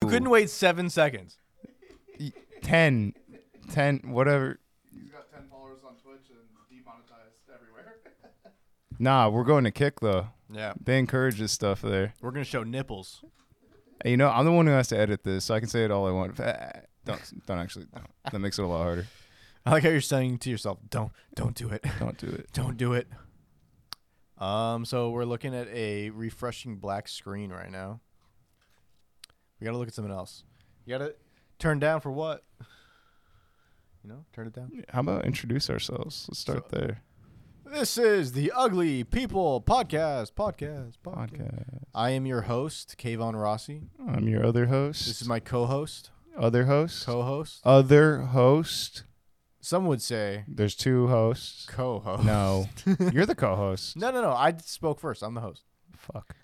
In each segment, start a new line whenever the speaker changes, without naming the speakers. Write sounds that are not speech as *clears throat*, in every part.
cool.
Couldn't wait seven seconds.
Y- 10, 10, whatever.
He's got 10 followers on Twitch and demonetized everywhere. *laughs*
Nah, we're going to kick though.
Yeah.
They encourage this stuff there.
We're gonna show nipples.
Hey, you know, I'm the one who has to edit this, so I can say it all I want. *laughs* Don't, don't actually. Don't. That makes it a lot harder.
I like how you're saying to yourself, "Don't, don't do it, *laughs*
Don't do it.
don't do it." Um, so we're looking at a refreshing black screen right now. We gotta look at something else. You gotta turn down for what? You know, turn it down.
How about introduce ourselves? Let's start there.
This is the Ugly People Podcast. Podcast. Podcast.
Podcast.
I am your host, Kayvon Rossi.
I'm your other host.
This is my co-host.
other host.
Co-host.
other host.
Some would say
There's two hosts.
co-host.
No,
*laughs*
you're the co-host.
No, no, no. I spoke first. I'm the host.
Fuck.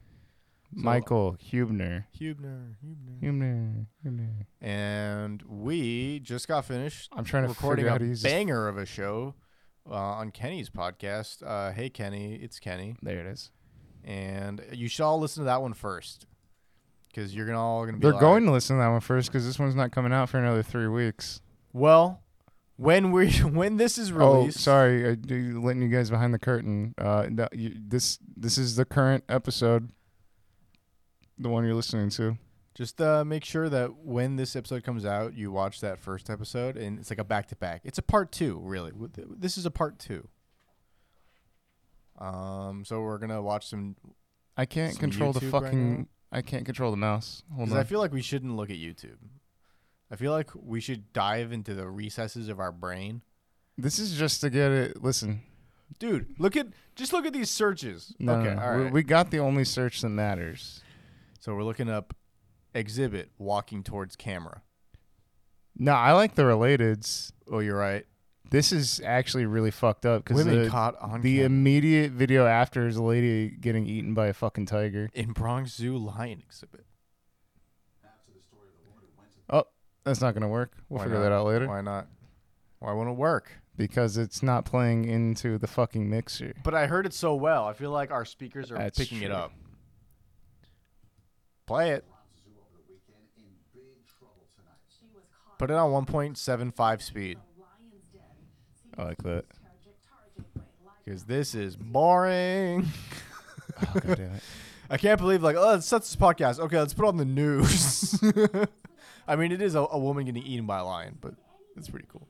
Michael Hubner.
Hubner. Hubner.
Hubner. Hubner.
And we just got finished
I'm trying to
recording
figure out
a
how to use this-
banger of a show uh, on Kenny's podcast. Uh, hey, Kenny. It's Kenny.
There it is.
And you should all listen to that one first. Because you're gonna all gonna be
They're
like,
going to listen to that one first because this one's not coming out for another three weeks.
Well, when we *laughs* when this is released,
Oh, sorry, I do letting you guys behind the curtain. Uh, no, you, this this is the current episode, the one you're listening to.
Just uh, make sure that when this episode comes out, you watch that first episode, and it's like a back to back. It's a part two, really. W- th- This is a part two. Um, so we're gonna watch some
I can't
Some
control the
YouTube right
fucking.
now?
I can't control the mouse. Hold
because
on.
I feel like we shouldn't look at YouTube. I feel like we should dive into the recesses of our brain,
this is just to get it. Listen,
dude. Look at just look at these searches.
no,
okay,
no, no.
all
We-
right.
we got the only search that matters.
so we're looking up exhibit walking towards camera.
No, I like the relateds.
Oh, you're right.
This is actually really fucked up because
Women
the,
caught on
the
camera.
immediate video after is a lady getting eaten by a fucking tiger.
in Bronx Zoo lion exhibit.
Oh, that's not gonna work. We'll
Why
figure
not?
that out later
Why not? Why won't it work?
because it's not playing into the fucking mixer.
*laughs* But I heard it so well. I feel like our speakers are
That's
picking it
true.
up. Play it. Put it on 1.75 speed
I like that.
because this is boring. *laughs*
Oh, God *laughs* damn it.
I can't believe like oh let's set this podcast. Okay, let's put on the news. *laughs* I mean, it is a, a woman getting eaten by a lion, but it's pretty cool.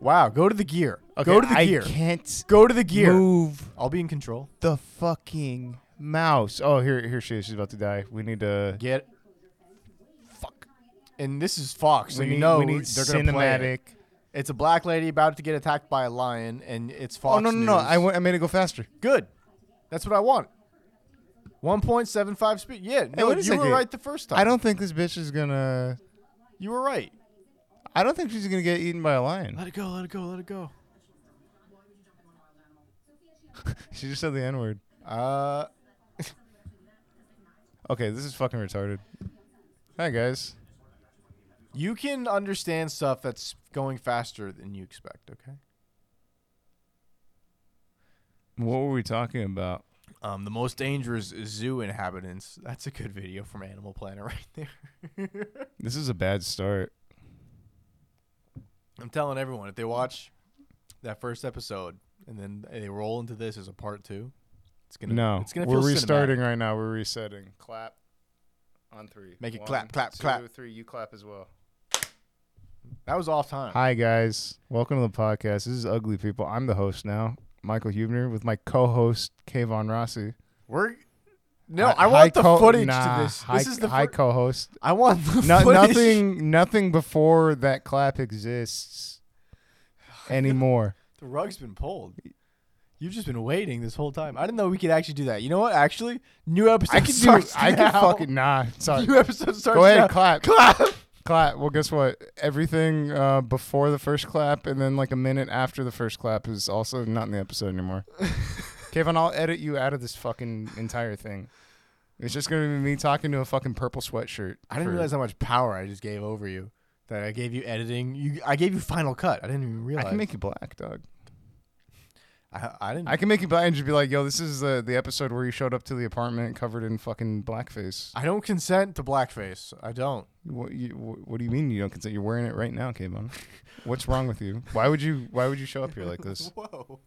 Wow, go to the gear. go to the
I
gear.
can't
Go to the gear.
move
I'll be in control.
the fucking mouse. Oh, here, here she is. She's about to die. We need to.
Get fuck. And this is Fox, so
we
you
need,
know
we need
they're gonna play it.
cinematic.
It's a black lady about to get attacked by a lion, and it's Fox.
Oh no, no, no!
News.
I, went, I made it go faster.
Good. That's what I want. 1.75 speed. Yeah, no, you
wait a
were
second.
right the first time.
I don't think this bitch is gonna.
You were right.
I don't think she's gonna get eaten by a lion.
Let it go. Let it go. Let it go.
She just said the n word.
Uh,
Okay, this is fucking retarded. Hi guys.
you can understand stuff that's going faster than you expect. Okay.
What were we talking about?
Um, the most dangerous zoo inhabitants. That's a good video from Animal Planet *laughs* right there.
This is a bad start.
I'm telling everyone if they watch that first episode and then they roll into this as a part two, it's gonna
No,
it's gonna
we're
feel cinematic.
restarting right now. We're resetting. Clap. On three.
Make it clap, clap, clap.
three. You clap as well.
That was off time.
Hi guys, welcome to the podcast. This is Ugly People. I'm the host now, Michael Hubner, with my co-host Kayvon Rossi.
We're no,
Hi-
I
hi
want the
co-
footage
nah,
to this.
Hi,
this is the
hi
fir- *laughs*
co-host.
I want the
No,
footage.
nothing, nothing before that
*sighs*
clap exists anymore.
*laughs* The rug's been pulled. You've just been waiting this whole time. I didn't know we could actually do that. You know what? Actually, new episode.
I can do.
starts
I can
now. *laughs*
fucking nah. Sorry.
New episode starts. *laughs*
Go ahead,
now.
clap,
Clap.
clap. Well, guess what? Everything uh, before the first clap and then like a minute after the first clap is also not in the episode
*laughs*
anymore. Kevin, I'll edit you out of this fucking entire thing. It's just gonna be me talking to a fucking purple sweatshirt.
I didn't
for-
realize how much power I just gave over you. That I gave you editing. You, I gave you Final Cut. I didn't even
I
realize.
can make you black, dog.
I, I didn't.
I can make you buy and just be like, yo, this is uh, the the episode where you showed up to the apartment covered in fucking blackface.
I don't consent to blackface. I don't.
What, you, wh- what do you mean you don't consent? You're wearing it right
*laughs*
now, Kayvon. What's wrong with you? Why would you Why would you show up here like this?
Whoa!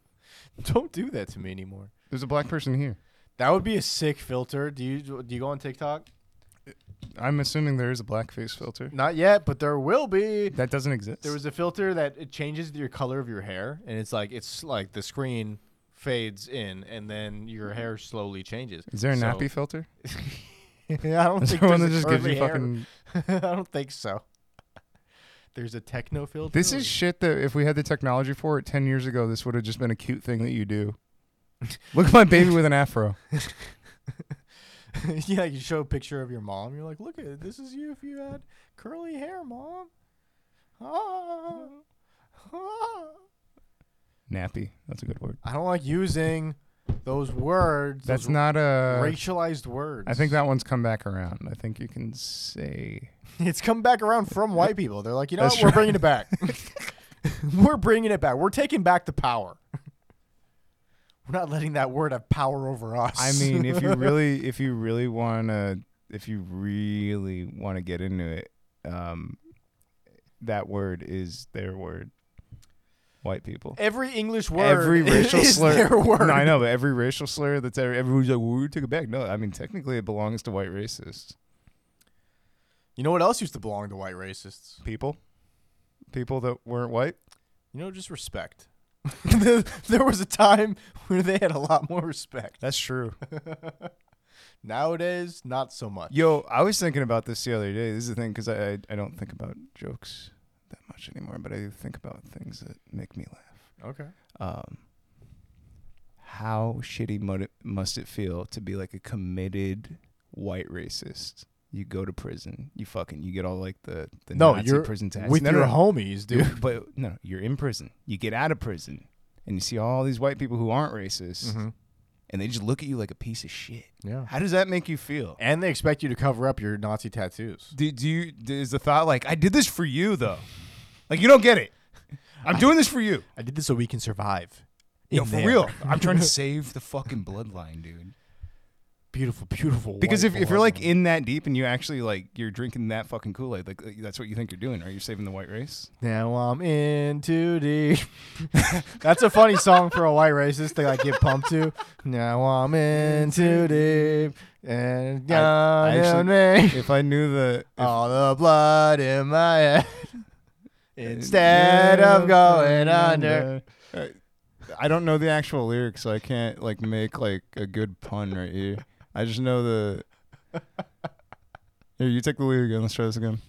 *laughs* Don't do that to me anymore.
There's a black person here.
That would be a sick filter. Do you do you go on TikTok?
I'm assuming there is a blackface filter.
Not yet, but there will be.
That doesn't exist.
There was a filter that it changes your color of your hair, and it's like it's like the screen fades in, and then your hair slowly changes.
is there a
So-
nappy filter?
*laughs* I don't
*laughs* Is
think
there one that
there's a
just gives you
curly hair.
fucking?
*laughs* I don't think so. There's a techno filter.
This is shit that if we had the technology for it ten years ago, this would have just been a cute thing that you do. Look at my baby with an afro.
*laughs* yeah, you show a picture of your mom. You're like, look at this is you if you had curly hair, mom. Ah, *laughs* ah."
Nappy. That's a good word.
I don't like using those words.
That's
those
not a.
racialized words.
I think that one's come back around. I think you can say
*laughs* it's come back around from white people. They're like, you know,
That's
what? we're
true.
bringing it
*laughs*
back. *laughs* we're bringing it back. We're taking back the power. *laughs* We're not letting that word have power over us.
I mean, if you really, if you really want to, if you really want to get into it, um, that word is their word. White people.
*laughs* every English word, *laughs*
every racial
is
slur.
their
*laughs*
word.
No, I know, but every racial slur that's ever, everybody's like, "Woo, took it back." No, I mean, technically, it belongs to white racists.
You know what else used to belong to white racists?
People, people that weren't white.
You know, just respect. *laughs* there there was a time where they had a lot more respect.
That's true.
Nowadays, not so much.
Yo, I was thinking about this the other day. This is the thing because I, I I don't think about jokes that much anymore, but I think about things that make me laugh.
Okay.
um, how shitty mud- must it feel to be like a committed white racist? You go to prison, you fucking, you get all like the the
No,
Nazi
you're
prison tax
With
no,
your
no, no.
homies, dude.
You're- *laughs* But no, you're in prison. You get out of prison, and you see all these white people who aren't racist, and they just look at you like a piece of shit.
Yeah.
How does that make you feel?
And they expect you to cover up your Nazi tattoos.
Do, do you d- is the thought like I did this for you though? Like you don't get it. I'm doing this for you.
I did this so we can survive.
No,
In
for
there.
real. I'm trying to save the fucking bloodline, dude.
Beautiful, beautiful.
Because
white
if, if you're like
bloodline.
in that deep and you actually like you're drinking that fucking Kool Aid, like uh, that's what you think you're doing, right? You're saving the white race.
now I'm in too *laughs* deep. That's a funny song for a white racist to like get pumped to. Now I'm in too deep, and
I- I
down
actually-
me.
If I knew the
All the blood in my head. *laughs* Instead of going under.
I don't know the actual lyrics, so I can't like make like a good pun right here. I just
*laughs*
know the. Here, you take the lead again. Let's try this again.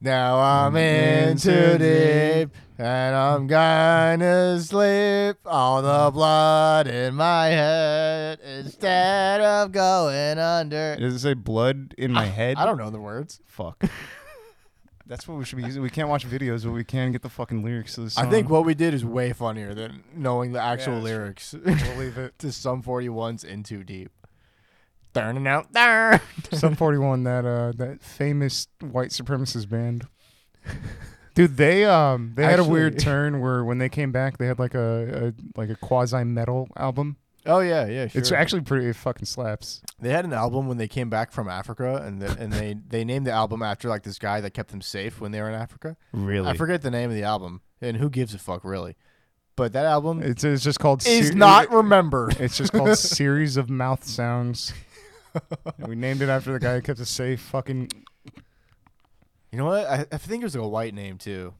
Now I'm in too deep, and I'm gonna sleep. All the blood in my head. Instead of going under.
Does it say blood in my head?
Ah, I don't know the words. *laughs*
Fuck. That's what we should be using. We can't watch videos, but we can get the fucking lyrics to this
I
song.
think what we did is way funnier than knowing the actual
that's true.
lyrics *laughs*
we'll leave it.
to some 41's in too deep. Turning out there. *laughs*
Sum 41, that uh, that famous white supremacist band. *laughs* Dude, they um they had a weird
Actually-
turn where when they came back, they had like a, a like a quasi metal album.
Oh yeah, yeah, sure.
It's actually pretty. It fucking slaps.
They had an album when they came back from Africa, and the, and
*laughs*
they they named the album after like this guy that kept them safe when they were in Africa.
Really,
I forget the name of the album, and who gives a fuck really? But that album
it's it's just called
is
Ser-
not remembered.
It's
*laughs*
just called series of mouth sounds. And we named it after the guy who kept us safe. Fucking,
You know what? I, I think it was like a white name too.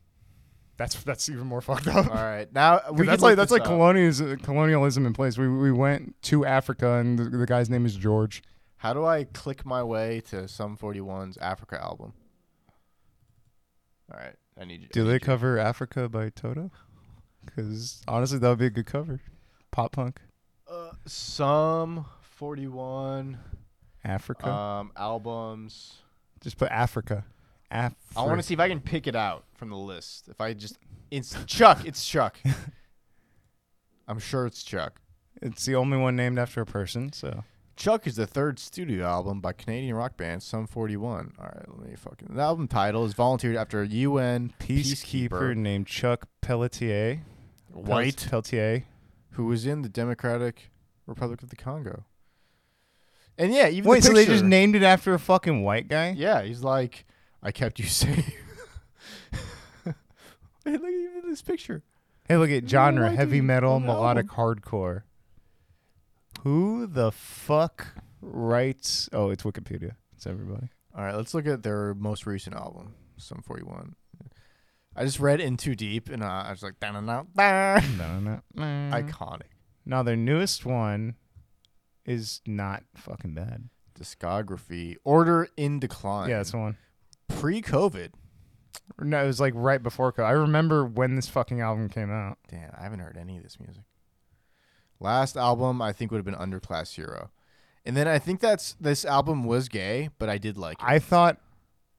that's that's even more fucked up.
All
*laughs*
right, now we
Dude,
can
that's
look
like that's
this
like
up.
colonialism, colonialism in place. We we went to Africa and the, the guy's name is George.
How do I click my way to some 41's Africa album? All right, I need you.
Do they cover Africa by Toto? Because honestly, that would be a good cover. Pop punk
Uh, some 41
Africa.
um, albums.
Just put Africa. Af-
I want to see if I can pick it out from the list. If I just, it's Chuck. It's Chuck. I'm sure it's Chuck.
It's the only one named after a person. So
Chuck is the third studio album by Canadian rock band Sum 41. All right, let me fucking. The album title is volunteered after a UN
peacekeeper,
peacekeeper,
named Chuck Pelletier.
white
Pelletier.
who was in the Democratic Republic of the Congo. And yeah, even the
Wait, so they just
picture-
named it after a fucking white guy?
Yeah, he's like, I kept you safe. *laughs* Hey, Look at even this picture.
Hey, look at genre
Why do
heavy
you-
metal,
on the
melodic hardcore. Who the fuck writes? Oh, it's Wikipedia. It's everybody. *clears throat*
All right, let's look at their most recent album, Sum 41. I just read In Too Deep, and uh, I was like, da da da da.
No, no, no.
Iconic.
Now their newest one is not fucking bad.
Discography. Order in Decline.
Yeah, that's the one.
Pre COVID.
No, it was like right before. Co- I remember when this fucking album came out.
Damn, I haven't heard any of this music. Last album, I think, would have been Underclass Hero. And then I think that's this album was gay, but I did like it.
I thought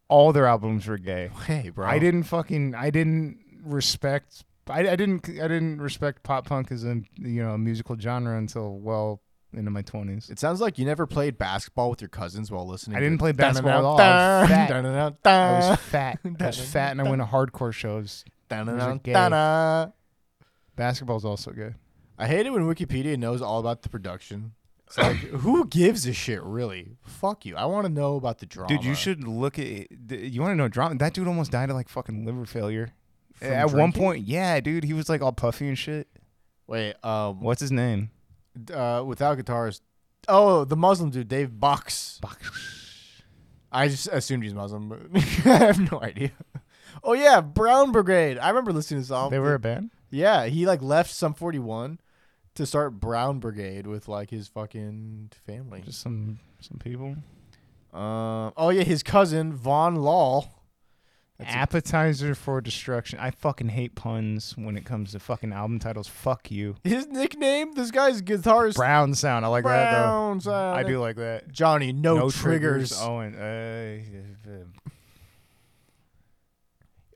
all their albums were gay.
hey, bro.
I didn't fucking. I didn't respect. I, I didn't. I didn't respect pop punk as a you know a musical genre until well into my twenties.
It sounds like you never played basketball with your cousins while listening.
I
to-
didn't play basketball at all. I was fat. I was fat. I was
Dun-dun-dun.
fat, and I went to hardcore shows. was gay. Basketball's also good.
I hate it when Wikipedia knows all about the production. It's
*coughs*
like, who gives a shit, really? Fuck you. I want to know about the drama.
Dude, you should look at. You want to know drama? That dude almost died of like fucking liver failure.
From
at one
drinking?
point, yeah, dude, he was like all puffy and shit.
Wait, um,
What's his name?
uh, without guitars. Oh, the Muslim dude, Dave Box. I just assumed he's Muslim. But *laughs* I have no idea. Oh yeah, Brown Brigade. I remember listening to this album.
They were a band.
Yeah, he like left some 41 to start Brown Brigade with like his fucking family.
Just some some people.
Um, oh yeah, his cousin Von Law. That's a-
Appetizer for destruction. I fucking hate puns when it comes to fucking album titles. Fuck you.
his nickname. This guy's guitarist.
Brown sound. I like that though. Mm-hmm.
Brown sound.
I do like Oh. that.
uh, Johnny, no, triggers.
*laughs* Owen. Uh,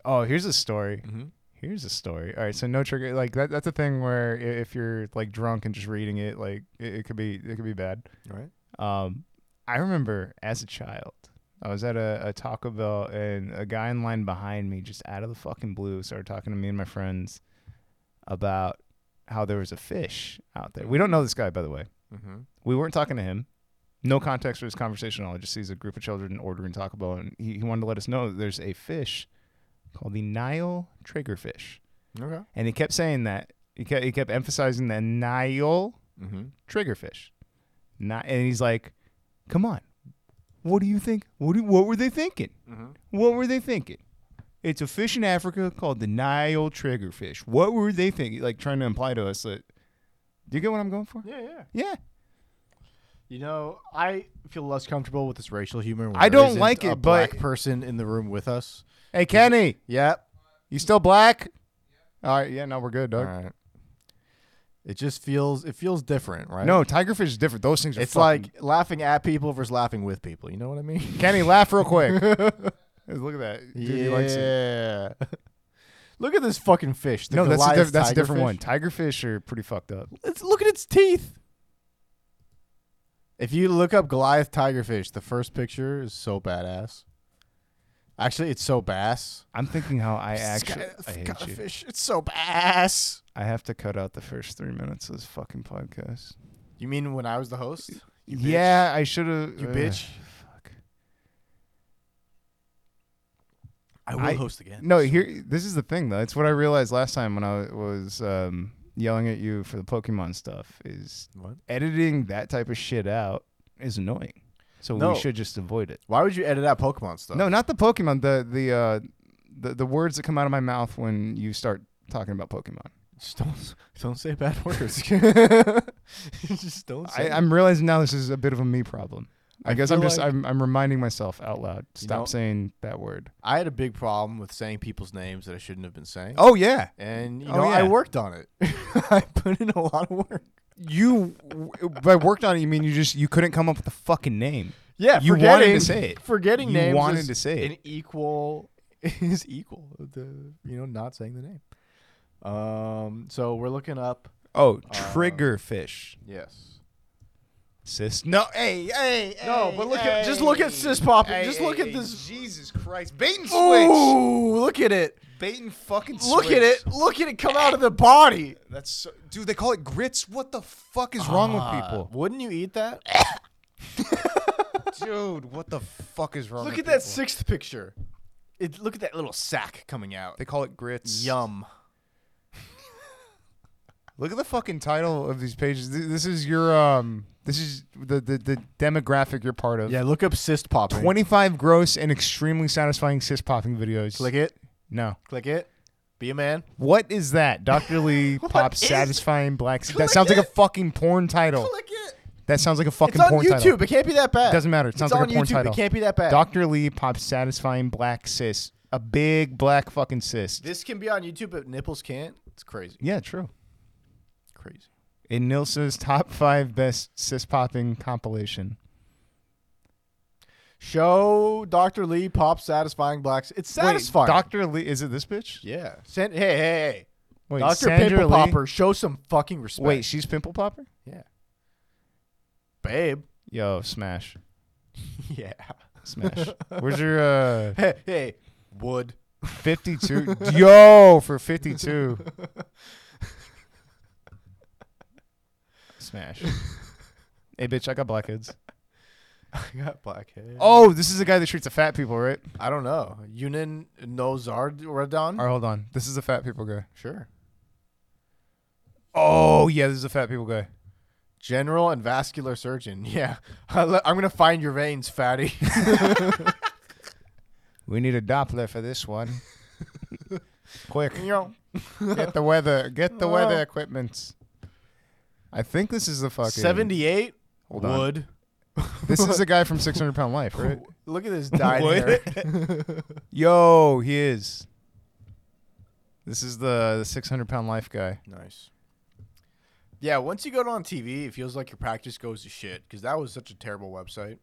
oh, here's a story.
Mhm.
Here's a story. All right, so no trigger. Like that. That's a thing where i- if you're like drunk and just reading it, like it, it could be it could be bad.
All right.
Um, I remember as a child, I was at a, a Taco Bell and a guy in line behind me, just out of the fucking blue, started talking to me and my friends about how there was a fish out there. We don't know this guy, by the way.
Mm-hmm.
We weren't talking to him. No context for his conversation at all. He just sees a group of children ordering Taco Bell, and he, he wanted to let us know that there's a fish called the Nile triggerfish.
Okay.
And he kept saying that. He kept, he kept emphasizing the Nile
Mm-hmm.
triggerfish. Not, and he's like, come on. What do you think? What, do, what were they thinking?
Mm-hmm.
What were they thinking? It's a fish in Africa called the Nile triggerfish. What were they thinking? Like trying to imply to us that. Do you get what I'm going for?
Yeah, yeah.
yeah.
You know, I feel less comfortable with this racial humor. When
I
there
don't
isn't
like
a
it, but-
black person in the room with us.
Hey, Kenny.
Yep.
You still black? All right, yeah, no, we're good,
All
dog.
right. It just feels it feels different, right?
No, tigerfish is different. Those things are.
It's
fucking-
like laughing at people versus laughing with people. You know what I mean?
*laughs* Kenny, laugh real
*laughs*
quick. *laughs* Look at that, dude. He likes it.
yeah. Look at this fucking fish. The
no, that's a,
Goliath
diff- that's a different
tigerfish.
one. Tigerfish are pretty fucked up.
It's, look at its teeth. If you look up Goliath tigerfish, the first picture is so badass. Actually, it's so bass.
I'm thinking how I
Sky-
actually. I hate you.
Skyfish, it's so bass.
I have to cut out the first three minutes of this fucking podcast.
You mean when I was the host? You bitch.
yeah, I uh, should have.
You bitch.
Fuck.
I
I-
host again.
No, here. This is the thing, though. It's what I realized last time when I was um, yelling at you for the Pokemon stuff. Is
What?
editing that type of shit out is annoying. So
No.
we should just avoid it.
Why would you edit out Pokemon stuff?
No, not the Pokemon. The the uh, the the words that come out of my mouth when you start talking about Pokemon.
Just don't don't say *laughs* bad words.
*laughs*
just don't. Say
I, I'm realizing now this is a bit of a me problem. I,
I
guess
feel
I'm just
like-
I'm I'm reminding myself out loud. Stop
know-
saying that word.
I had a big problem with saying people's names that I shouldn't have been saying.
Oh yeah,
And you
Oh,
know, I
yeah.
worked on it. *laughs* I put in a lot of work.
you by worked on it. You mean you just you couldn't come up with a fucking name?
Yeah,
You wanted to
forgetting,
say it.
Forgetting
You
names
wanted
is
to say it.
an equal *laughs* is equal to you know not saying the name. Um, so we're looking up. Uh,
Oh, triggerfish.
Yes.
Sis. No, hey, hey,
No,
hey,
but look at- just
hey,
look at Sis Pop-
hey,
just
hey,
look at
hey,
this-
Jesus Christ, bait and switch.
Ooh, look at it.
bait and fucking
Look at it. Look at it come out of the body.
That's so, dude. They call it grits. What the fuck is wrong with
Uh,
people,
wouldn't you eat that?
dude? What the fuck is wrong?
look at
with
that
people?
sixth picture. It, look at that little sack coming out.
They call it grits.
Yum.
Look at the fucking title of these pages. Th- This is your um. This is the the, the demographic you're part of.
Yeah, look up cyst popping.
25 gross and extremely satisfying cyst popping videos.
Click it.
No.
Click it. Be a man.
What is that?
*laughs*
Dr. Lee
What
pops
is-
satisfying black.
Click
That sounds like
it.
a fucking porn title.
Click it.
That sounds like a
It's
fucking
on
porn
YouTube.
title.
It can't be that bad.
Doesn't matter. It sounds
it's
like
on
a porn
YouTube.
title.
It can't be that bad.
Dr. Lee pops satisfying black cyst. A big black fucking cyst.
this can be on YouTube, but nipples can't. It's crazy.
Yeah, true.
Crazy.
In Nilsa's top five best cyst popping compilation.
Show Dr. Lee pop satisfying blacks. It's satisfying.
Wait, Dr. Lee, is it this bitch?
yeah. Send, hey, hey, hey.
Wait,
Dr.
Sandra
Pimple
Lee?
Popper, show some fucking respect.
Wait, she's Pimple Popper?
yeah. Babe. *laughs*
Yo, smash.
Yeah.
Smash. Where's your uh
Hey, hey. Wood. *laughs*
52? Yo, for 52. Smash. Hey, bitch, I got blackheads.
I got black hair.
Oh, this is the guy that shoots the fat people, right?
I don't know. Yunin Nozardradon?
All right, hold on. This is the fat people guy.
sure.
Oh, yeah, this is the fat people guy.
General and vascular surgeon. *laughs* Yeah. I'm going to find your veins, fatty. *laughs*
We need a Doppler for this one. Quick,
Yo.
get the weather, get the
Oh.
weather equipment. I think this is the fucking
78?
Hold on.
Wood.
This is the guy from 600 Pound Life, *laughs* right?
Look at this dyed hair.
Wood? *laughs* Yo, he is. This is the, the 600 Pound Life guy.
Nice. Yeah, once you go on TV, it feels like your practice goes to shit because that was such a terrible website.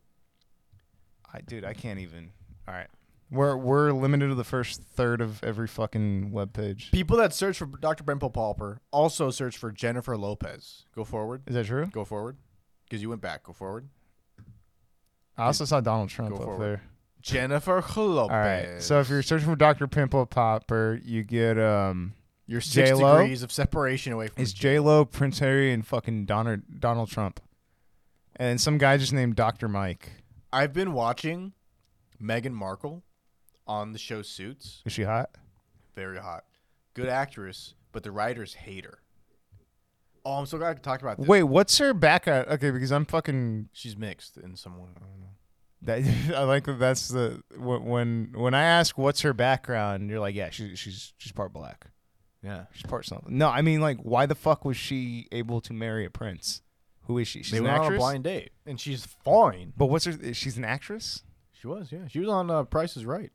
I dude, I can't even. All right. We're we're limited to the first third of every fucking webpage.
People that search for Dr. Brimple Palper also search for Jennifer Lopez. Go forward.
Is that true?
Go forward. Because you went back. Go forward.
I also saw Donald Trump
Go
up
forward.
there.
Jennifer Lopez.
All right. So if you're searching for Dr. Pimple Popper, you get um
you're 6
J-Lo?
degrees of separation away from
it's J Lo, Prince Harry, and fucking Donner, Donald Trump, and some guy just named Dr. Mike.
I've been watching Meghan Markle on the show Suits.
Is she hot?
Very hot. Good actress, but the writers hate her. Oh, I'm so glad I could talk about this.
Wait, what's her background? Okay, because I'm fucking.
She's mixed in some way. I don't know.
That, *laughs* I like that. That's the when- when when I ask what's her background, you're like, yeah, she's she's she's part black.
Yeah.
She's part something. No, I mean like, why the fuck was she able to marry a prince? Who is she? She's
They
an
went on a
actress.
blind date, and she's fine.
But what's her? She's an actress.
She was, yeah. She was on uh, Price is Right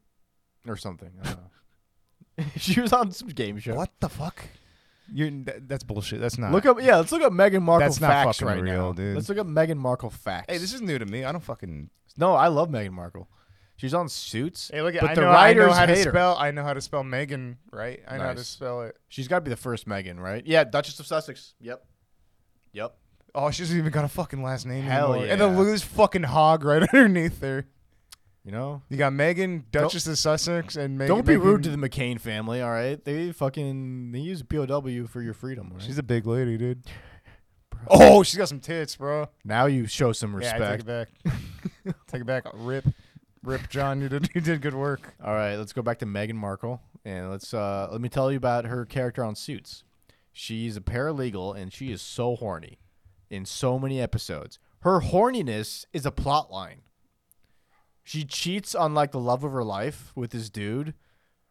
or something. I don't know. *laughs* she was on some game show.
What the fuck? You're that, that's bullshit. That's not.
Look up, yeah. Let's look up Meghan Markle
That's not
facts
fucking
right now,
real, dude.
Let's look up Meghan Markle facts.
Hey, this is new to me. I don't fucking.
no. I love Meghan Markle. She's on Suits.
Hey, look at.
but
I,
the
know,
writers
I know how to
hate her.
spell. I know how to spell Megan. Right. I know how to
Nice.
spell it.
She's got to be the first Meghan, right? Yeah, Duchess of Sussex. Yep. Yep.
Oh, she doesn't even got a fucking last name
Hell
anymore. And the
yeah.
Lou's fucking hog right *laughs* underneath there.
You know,
You got Megan, Duchess of Sussex, and Megan.
don't be rude to the McCain family. All right, they fucking they use POW for your freedom. Right?
She's a big lady, dude. Oh, she's got some tits, bro.
now you show some respect.
Yeah, I take it back. *laughs* take it back. Rip, rip, John. You did *laughs* you did good work.
All right, let's go back to Meghan Markle and let's uh, let me tell you about her character on Suits. She's a paralegal and she is so horny in so many episodes. Her horniness is a plot line. She cheats on like the love of her life with this dude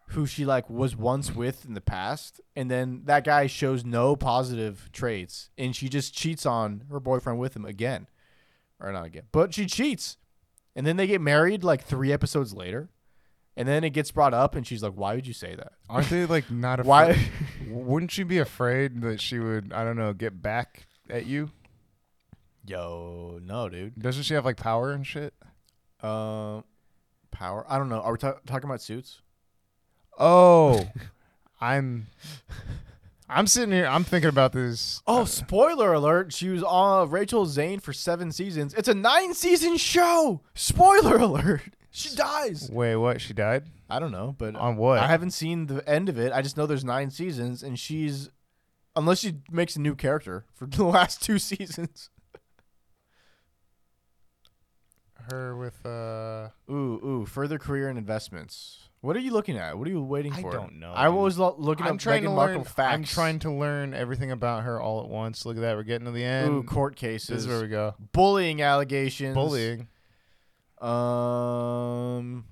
who she like was once with in the past and then that guy shows no positive traits and she just cheats on her boyfriend with him again. Or not again, but she cheats. And then they get married like 3 episodes later. And then it gets brought up, and she's like, "Why would you say that?
Aren't they like not afraid?
Why?"
*laughs*
*laughs*
Wouldn't you be afraid that she would? I don't know. Get back at you?
Yo, no, dude.
Doesn't she have like power and shit?
Um, power. I don't know. Are we ta- talking about suits?
Oh, *laughs* I'm. I'm sitting here. I'm thinking about this.
Oh, spoiler alert! She was on Rachel Zane for seven seasons. It's a nine-season show. Spoiler *laughs* alert. She dies.
Wait, what? She died
I don't know, but
on what?
I haven't seen the end of it. I just know there's nine seasons, and she's unless she makes a new character for *laughs* the last two seasons.
her with uh.
Ooh, ooh, further career and investments. What are you looking at? What are you waiting
I
for?
don't know,
I
dude.
was lo- looking
I'm
up
trying
Meghan
to
Markle
learn.
facts.
I'm trying to learn everything about her all at once. Look at that. We're getting to the end.
Ooh, court
this
cases.
is where we go.
Bullying allegations.
Bullying.
Um,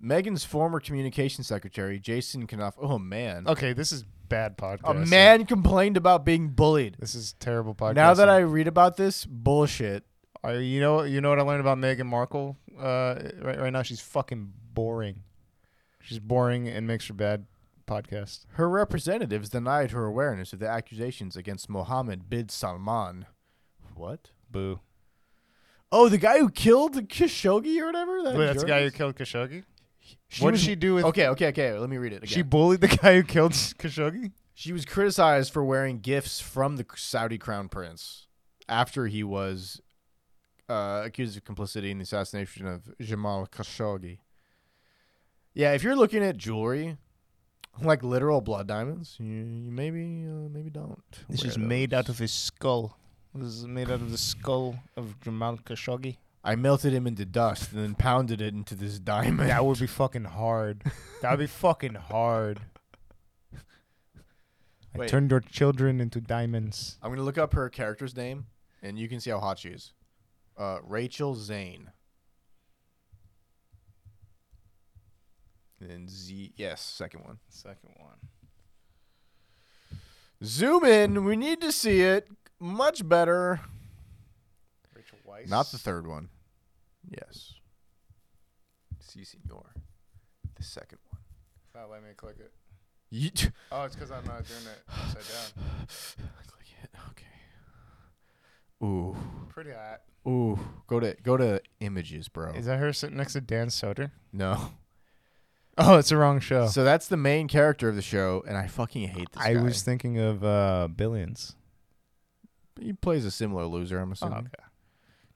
Megan's former communications secretary, Jason Knopf. Oh man,
Okay, this is bad podcast.
a man complained about being bullied.
This is terrible podcast.
Now that I read about this bullshit,
I, you know, you know what I learned about Meghan Markle. Uh, right, right now she's fucking boring. She's boring and makes for bad podcast.
her representatives denied her awareness of the accusations against Mohammed bin Salman. What?
Boo.
Oh, the guy who killed Khashoggi or whatever. That
Wait, that's the guy who
journalist?
killed Khashoggi.
She
what did
was-
she do with?
Okay, okay, okay. Let me read it again.
She bullied the *laughs* guy who killed Khashoggi.
She was criticized for wearing gifts from the Saudi crown prince after he was uh, accused of complicity in the assassination of Jamal Khashoggi. Yeah, if you're looking at jewelry, like literal blood diamonds, you, you maybe uh, maybe don't. wear those.
of his skull. This is made out of the skull of Jamal Khashoggi.
I melted him into dust and then pounded it into this diamond.
That would be fucking hard. That would be fucking hard. I
Wait.
turned your children into diamonds.
I'm gonna look up her character's name, and you can see how hot she is. Uh, Rachel Zane. And Z, yes, second one.
Second one.
Zoom in. We need to see it much better.
Rachel Weiss.
Not the third one. Yes. Si, senor. The second one.
Not let me click it.
You
Oh, it's because I'm not doing it upside down.
click it. *laughs* Okay. Ooh,
Pretty hot.
ooh. Go to go to images, bro.
Is that her sitting next to Dan Soder?
no.
Oh, it's the wrong show.
So that's the main character of the show, and I fucking hate this
I
guy.
was thinking of uh, Billions.
He plays a similar loser, I'm assuming.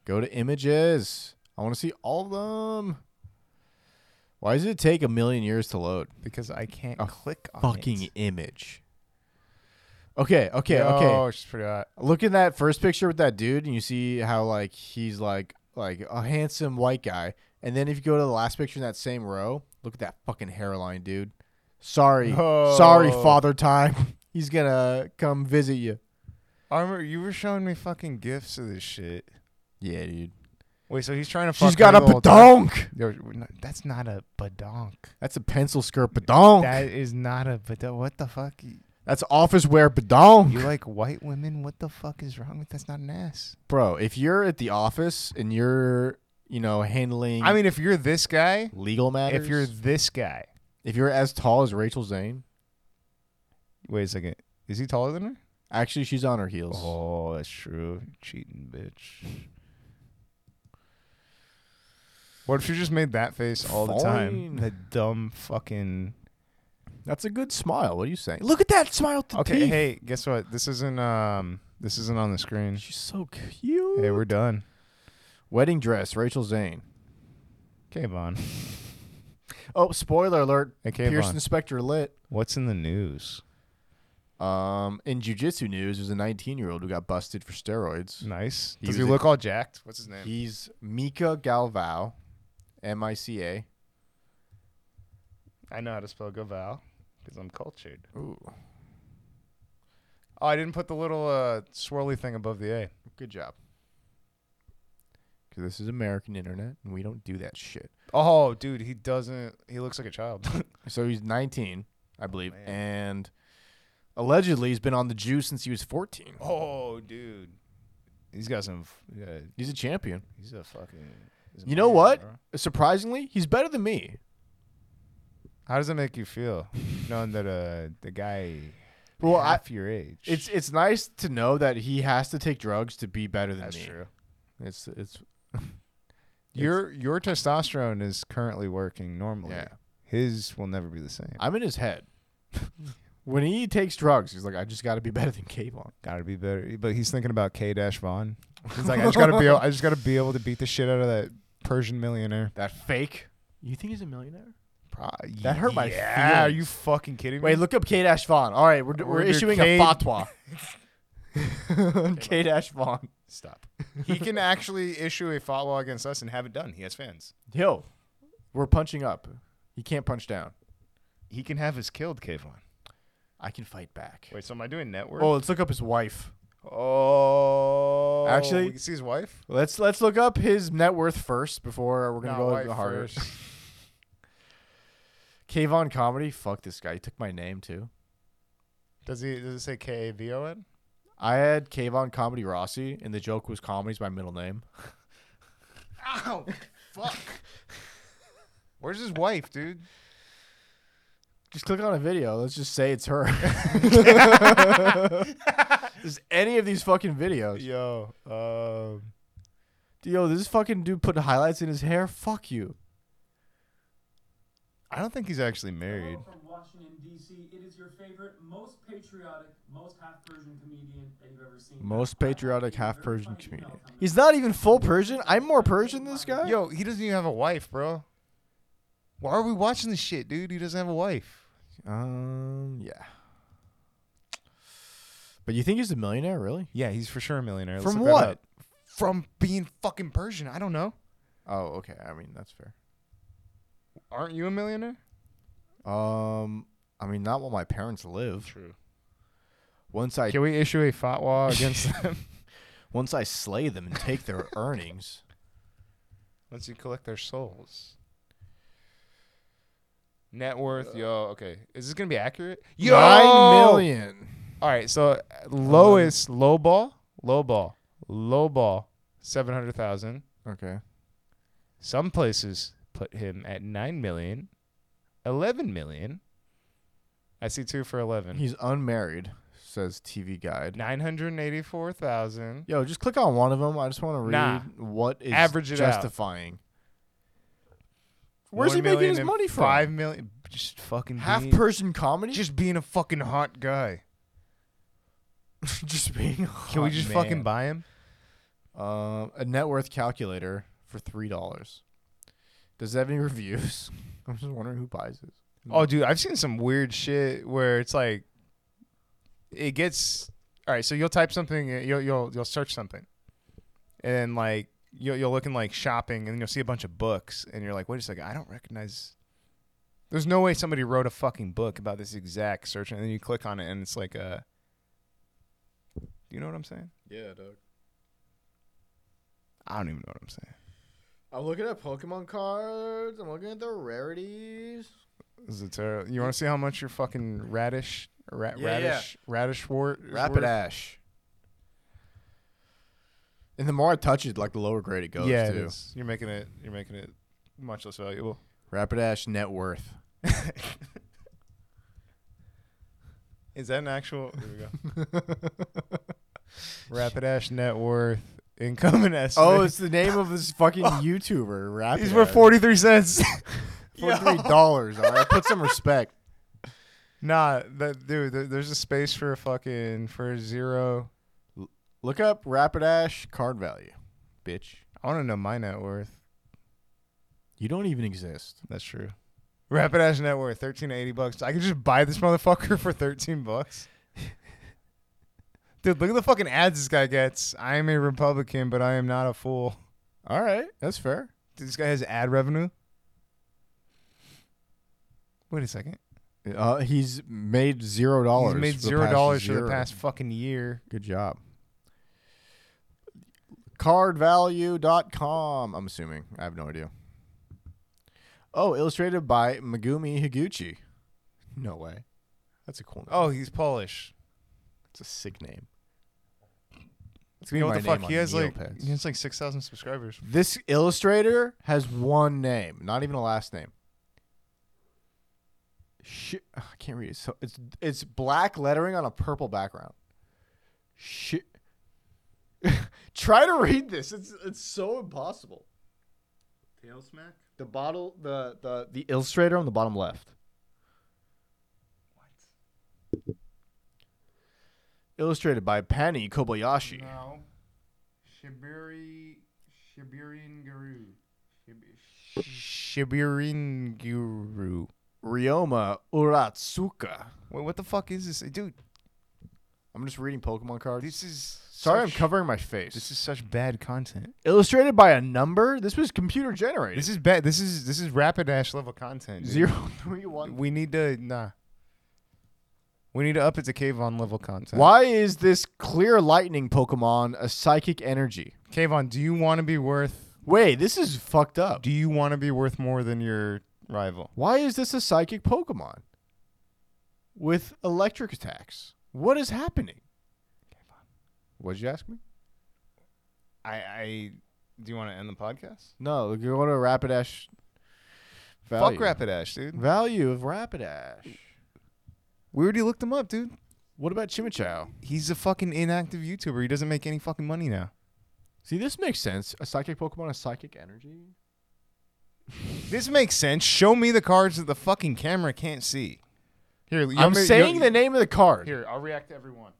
Go to images. I want to see all of them. Why does it take a million years to load?
Because I can't
A
click on
Oh, Fucking
it.
image. Okay, okay,
Oh,
okay.
she's pretty hot.
Look at that first picture with that dude, and you see how like he's like like a handsome white guy. And then if you go to the last picture in that same row, look at that fucking hairline, dude. Sorry, sorry,
Oh.
father time. *laughs* He's gonna come visit you.
I remember you were showing me fucking gifts of this shit.
Yeah, dude.
Wait, so he's trying to fuck
She's got a
me the whole time?
badonk.
Yo, we're not- that's not a badonk.
That's a pencil skirt badonk.
That is not a badonk. What the fuck? You,
That's office wear badonk.
you like white women? What the fuck is wrong with that's not an ass?
Bro, if you're at the office and you're, you know, handling
I mean, if you're this guy,
legal matters,
if you're this guy,
if you're as tall as Rachel Zane,
wait a second, is he taller than her?
actually she's on her heels.
Oh, that's true. Cheating bitch. What if you just made that face all the time?
Fine.
That dumb fucking.
That's a good smile. What are you saying? Look at that smile to
Okay,
teeth.
hey, guess what? This isn't um, this isn't on the screen.
She's so cute.
Hey, we're done.
Wedding dress, Rachel Zane.
Okay, *laughs* Bon.
Oh, spoiler alert.
Hey, Kayvon.
Pearson Spector lit.
What's in the news?
Um, in jujitsu news, there's a 19 year old who got busted for steroids.
Nice.
He
Does
was
he
a-
look all jacked? What's his name?
He's Mika Galvao, M I C A.
I know how to spell Gaval because I'm cultured.
Ooh,
Oh, I didn't put the little uh, swirly thing above the A.
good job. Because this is American internet, and we don't do that shit.
Oh, dude, he doesn't. He looks like a child. *laughs*
So he's 19, I believe,
man.
and allegedly he's been on the juice since he was 14.
oh, dude, he's got some. f- Yeah,
He's a champion.
he's a fucking. he's a
You know
man,
what?
bro.
Surprisingly, he's better than me.
How does it make you feel knowing that uh, the guy
Well, I,
half your age?
it's it's nice to know that he has to take drugs to be better than
that's
me.
true.
It's it's
Your your testosterone is currently working normally.
yeah.
His will never be the same.
I'm in his head. when he takes drugs, he's like, I just got to be better than Kayvon.
Gotta be better. But he's thinking about K Dash Vaughn. He's like, I just gotta be, I just gotta be able to beat the shit out of that Persian millionaire.
That fake. You think he's a millionaire?
Pro-
That hurt my
yeah, Are
feelings.
you fucking kidding me?
Wait, look up Kate Ash Vaughn. All right, we're, we're,
We're under
issuing
Kate-
a fatwa. *laughs* on Kate Ash Vaughn.
stop. *laughs* he can actually issue a fatwa against us and have it done. He has fans.
Yo, we're punching up. He can't punch down.
He can have us killed, Kayvon.
I can fight back.
Wait, so am I doing network?
Oh, let's look up his wife.
oh,
Actually-
we can see his wife.
Let's let's look up his net worth first before we're gonna
No,
go
wife
into the harder.
*laughs* first.
*laughs* Kayvon comedy. Fuck this guy. He took my name too.
Does he? Does it say K A V O N?
I had Kayvon comedy Rossi, and the joke was comedy's my middle name.
Ow, *laughs* fuck. Where's his wife, dude?
Just click on a video. Let's just say it's her. *laughs* Just any of these fucking videos.
Yo, um,
Yo, this fucking dude put highlights in his hair. Fuck you.
I don't think he's actually married.
Hello From Washington D.C., it is your favorite, most patriotic, most half Persian comedian that you've ever seen.
Most
I have
patriotic
a
half
very
Persian
funny email
comedian.
coming
He's not even full Persian. I'm more Persian than this guy.
Yo, he doesn't even have a wife, bro. Why are we watching this shit, dude? He doesn't have a wife.
Um, yeah. But you think he's a millionaire, really?
Yeah, he's for sure a millionaire. Let's
From
look that
what?
up. From being fucking Persian. I don't know.
Oh, okay. I mean, that's fair.
Aren't you a millionaire?
Um, I mean, not while my parents live.
True.
Once I
Can we issue a fatwa
*laughs*
against them?
once I slay them and take
*laughs*
their earnings.
Once you collect their souls. Net worth, yo. Okay, is this gonna be accurate? Yo,
Nine million.
All right, so uh, lowest low ball, low ball, low ball, seven hundred thousand.
Okay.
Some places put him at nine million, eleven million. I see two for eleven.
He's unmarried, says TV Guide.
Nine hundred eighty-four thousand.
Yo, just click on one of them. I just want to read
Nah.
what is
Average it out.
justifying. Where's he making his money from?
Five million. Just fucking
Half
being-
Persian comedy?
Just being a fucking hot guy.
*laughs* just being.
Can we just fucking buy him?
Um, a net worth calculator for three dollars. Does it have any *laughs* reviews? I'm just wondering who buys it.
Oh, dude, I've seen some weird shit where it's like, it gets all right. So you'll type something, uh, you'll you'll you'll search something, and like you'll you'll look in like shopping, and you'll see a bunch of books, and you're like, wait a second, I don't recognize. There's no way somebody wrote a fucking book about this exact search, and then you click on it, and it's like a. Do you know what I'm saying?
Yeah, dog.
I don't even know what I'm saying.
I'm looking at Pokemon cards. I'm looking at the rarities.
This is terrible. You want to see how much your fucking radish, ra-
Yeah, yeah.
radish, radish wart? is
Rapid
worth?
Ash. And the more I touch it, like the lower grade it goes
yeah, it
to.
is. You're making it. You're making it much less valuable.
Rapid Ash net worth.
Is that an actual? Here we go. Rapid Ash net worth income *laughs* and
*laughs*
estimate.
Oh, it's the name of this fucking *laughs* YouTuber. Rapid.
he's worth
Ash. *laughs*
forty three cents.
Forty-three dollars. All right, *laughs* put some respect.
nah, that dude. There, there's a space for a fucking for a zero.
Look up Rapid Ash card value, bitch.
I want to know my net worth.
You don't even exist.
That's true. Rapid Ash net worth thirteen eighty bucks. I could just buy this motherfucker *laughs* for
*laughs*
thirteen bucks. Dude, look at the fucking ads this guy gets. I am a Republican, but I am not a fool.
All right, that's fair.
Dude, this guy has ad revenue. Wait a second.
Uh, he's made zero dollars.
He's made
for the
zero
past
dollars for
year.
the past fucking year.
Good job. Cardvalue.com. I'm assuming. I have no idea. Oh, illustrated by Megumi Higuchi. *laughs* No way. That's a cool name.
Oh, he's Polish.
it's a sick name. It's
You
gonna
know
be
what
my
the fuck?
name
He
on
has like
Neopets.
he has like six thousand subscribers.
This illustrator has one name, not even a last name. Shi I can't read it. So it's it's black lettering on a purple background. Shi *laughs* Try to read this. It's it's so impossible.
Tail smack?
The bottle, the the the illustrator on the bottom left. Illustrated by Pani Kobayashi.
No. Shibiri. Shibirian Guru.
Shibirin Guru.
Ryoma Uratsuka.
Wait, what the fuck is this, dude?
I'm just reading Pokemon cards.
This is
Sorry, I'm
such-
covering my face.
This is such bad content.
illustrated by a number. This was computer generated.
This is bad. This is this is rapid dash level content. dude.
zero
*laughs*
three one.
We need to nah. We need to up it to cave on level content.
Why is this clear lightning Pokemon a psychic energy?
Cave on, do you want to be worth?
Wait, this is fucked up.
Do you want to be worth more than your rival?
Why is this a psychic Pokemon with electric attacks? What is happening? What'd you ask me?
I I do you want to end the podcast?
No, you're going to Rapidash. Value.
Fuck Rapidash, dude.
Value of Rapidash.
We already looked him up, dude.
What about Chimichow?
He's a fucking inactive YouTuber. He doesn't make any fucking money now.
See, this makes sense. A psychic Pokemon is psychic energy.
This makes sense. Show me the cards that the fucking camera can't see. Here, you
I'm
want me- you-
saying the name of the card.
Here, I'll react to everyone.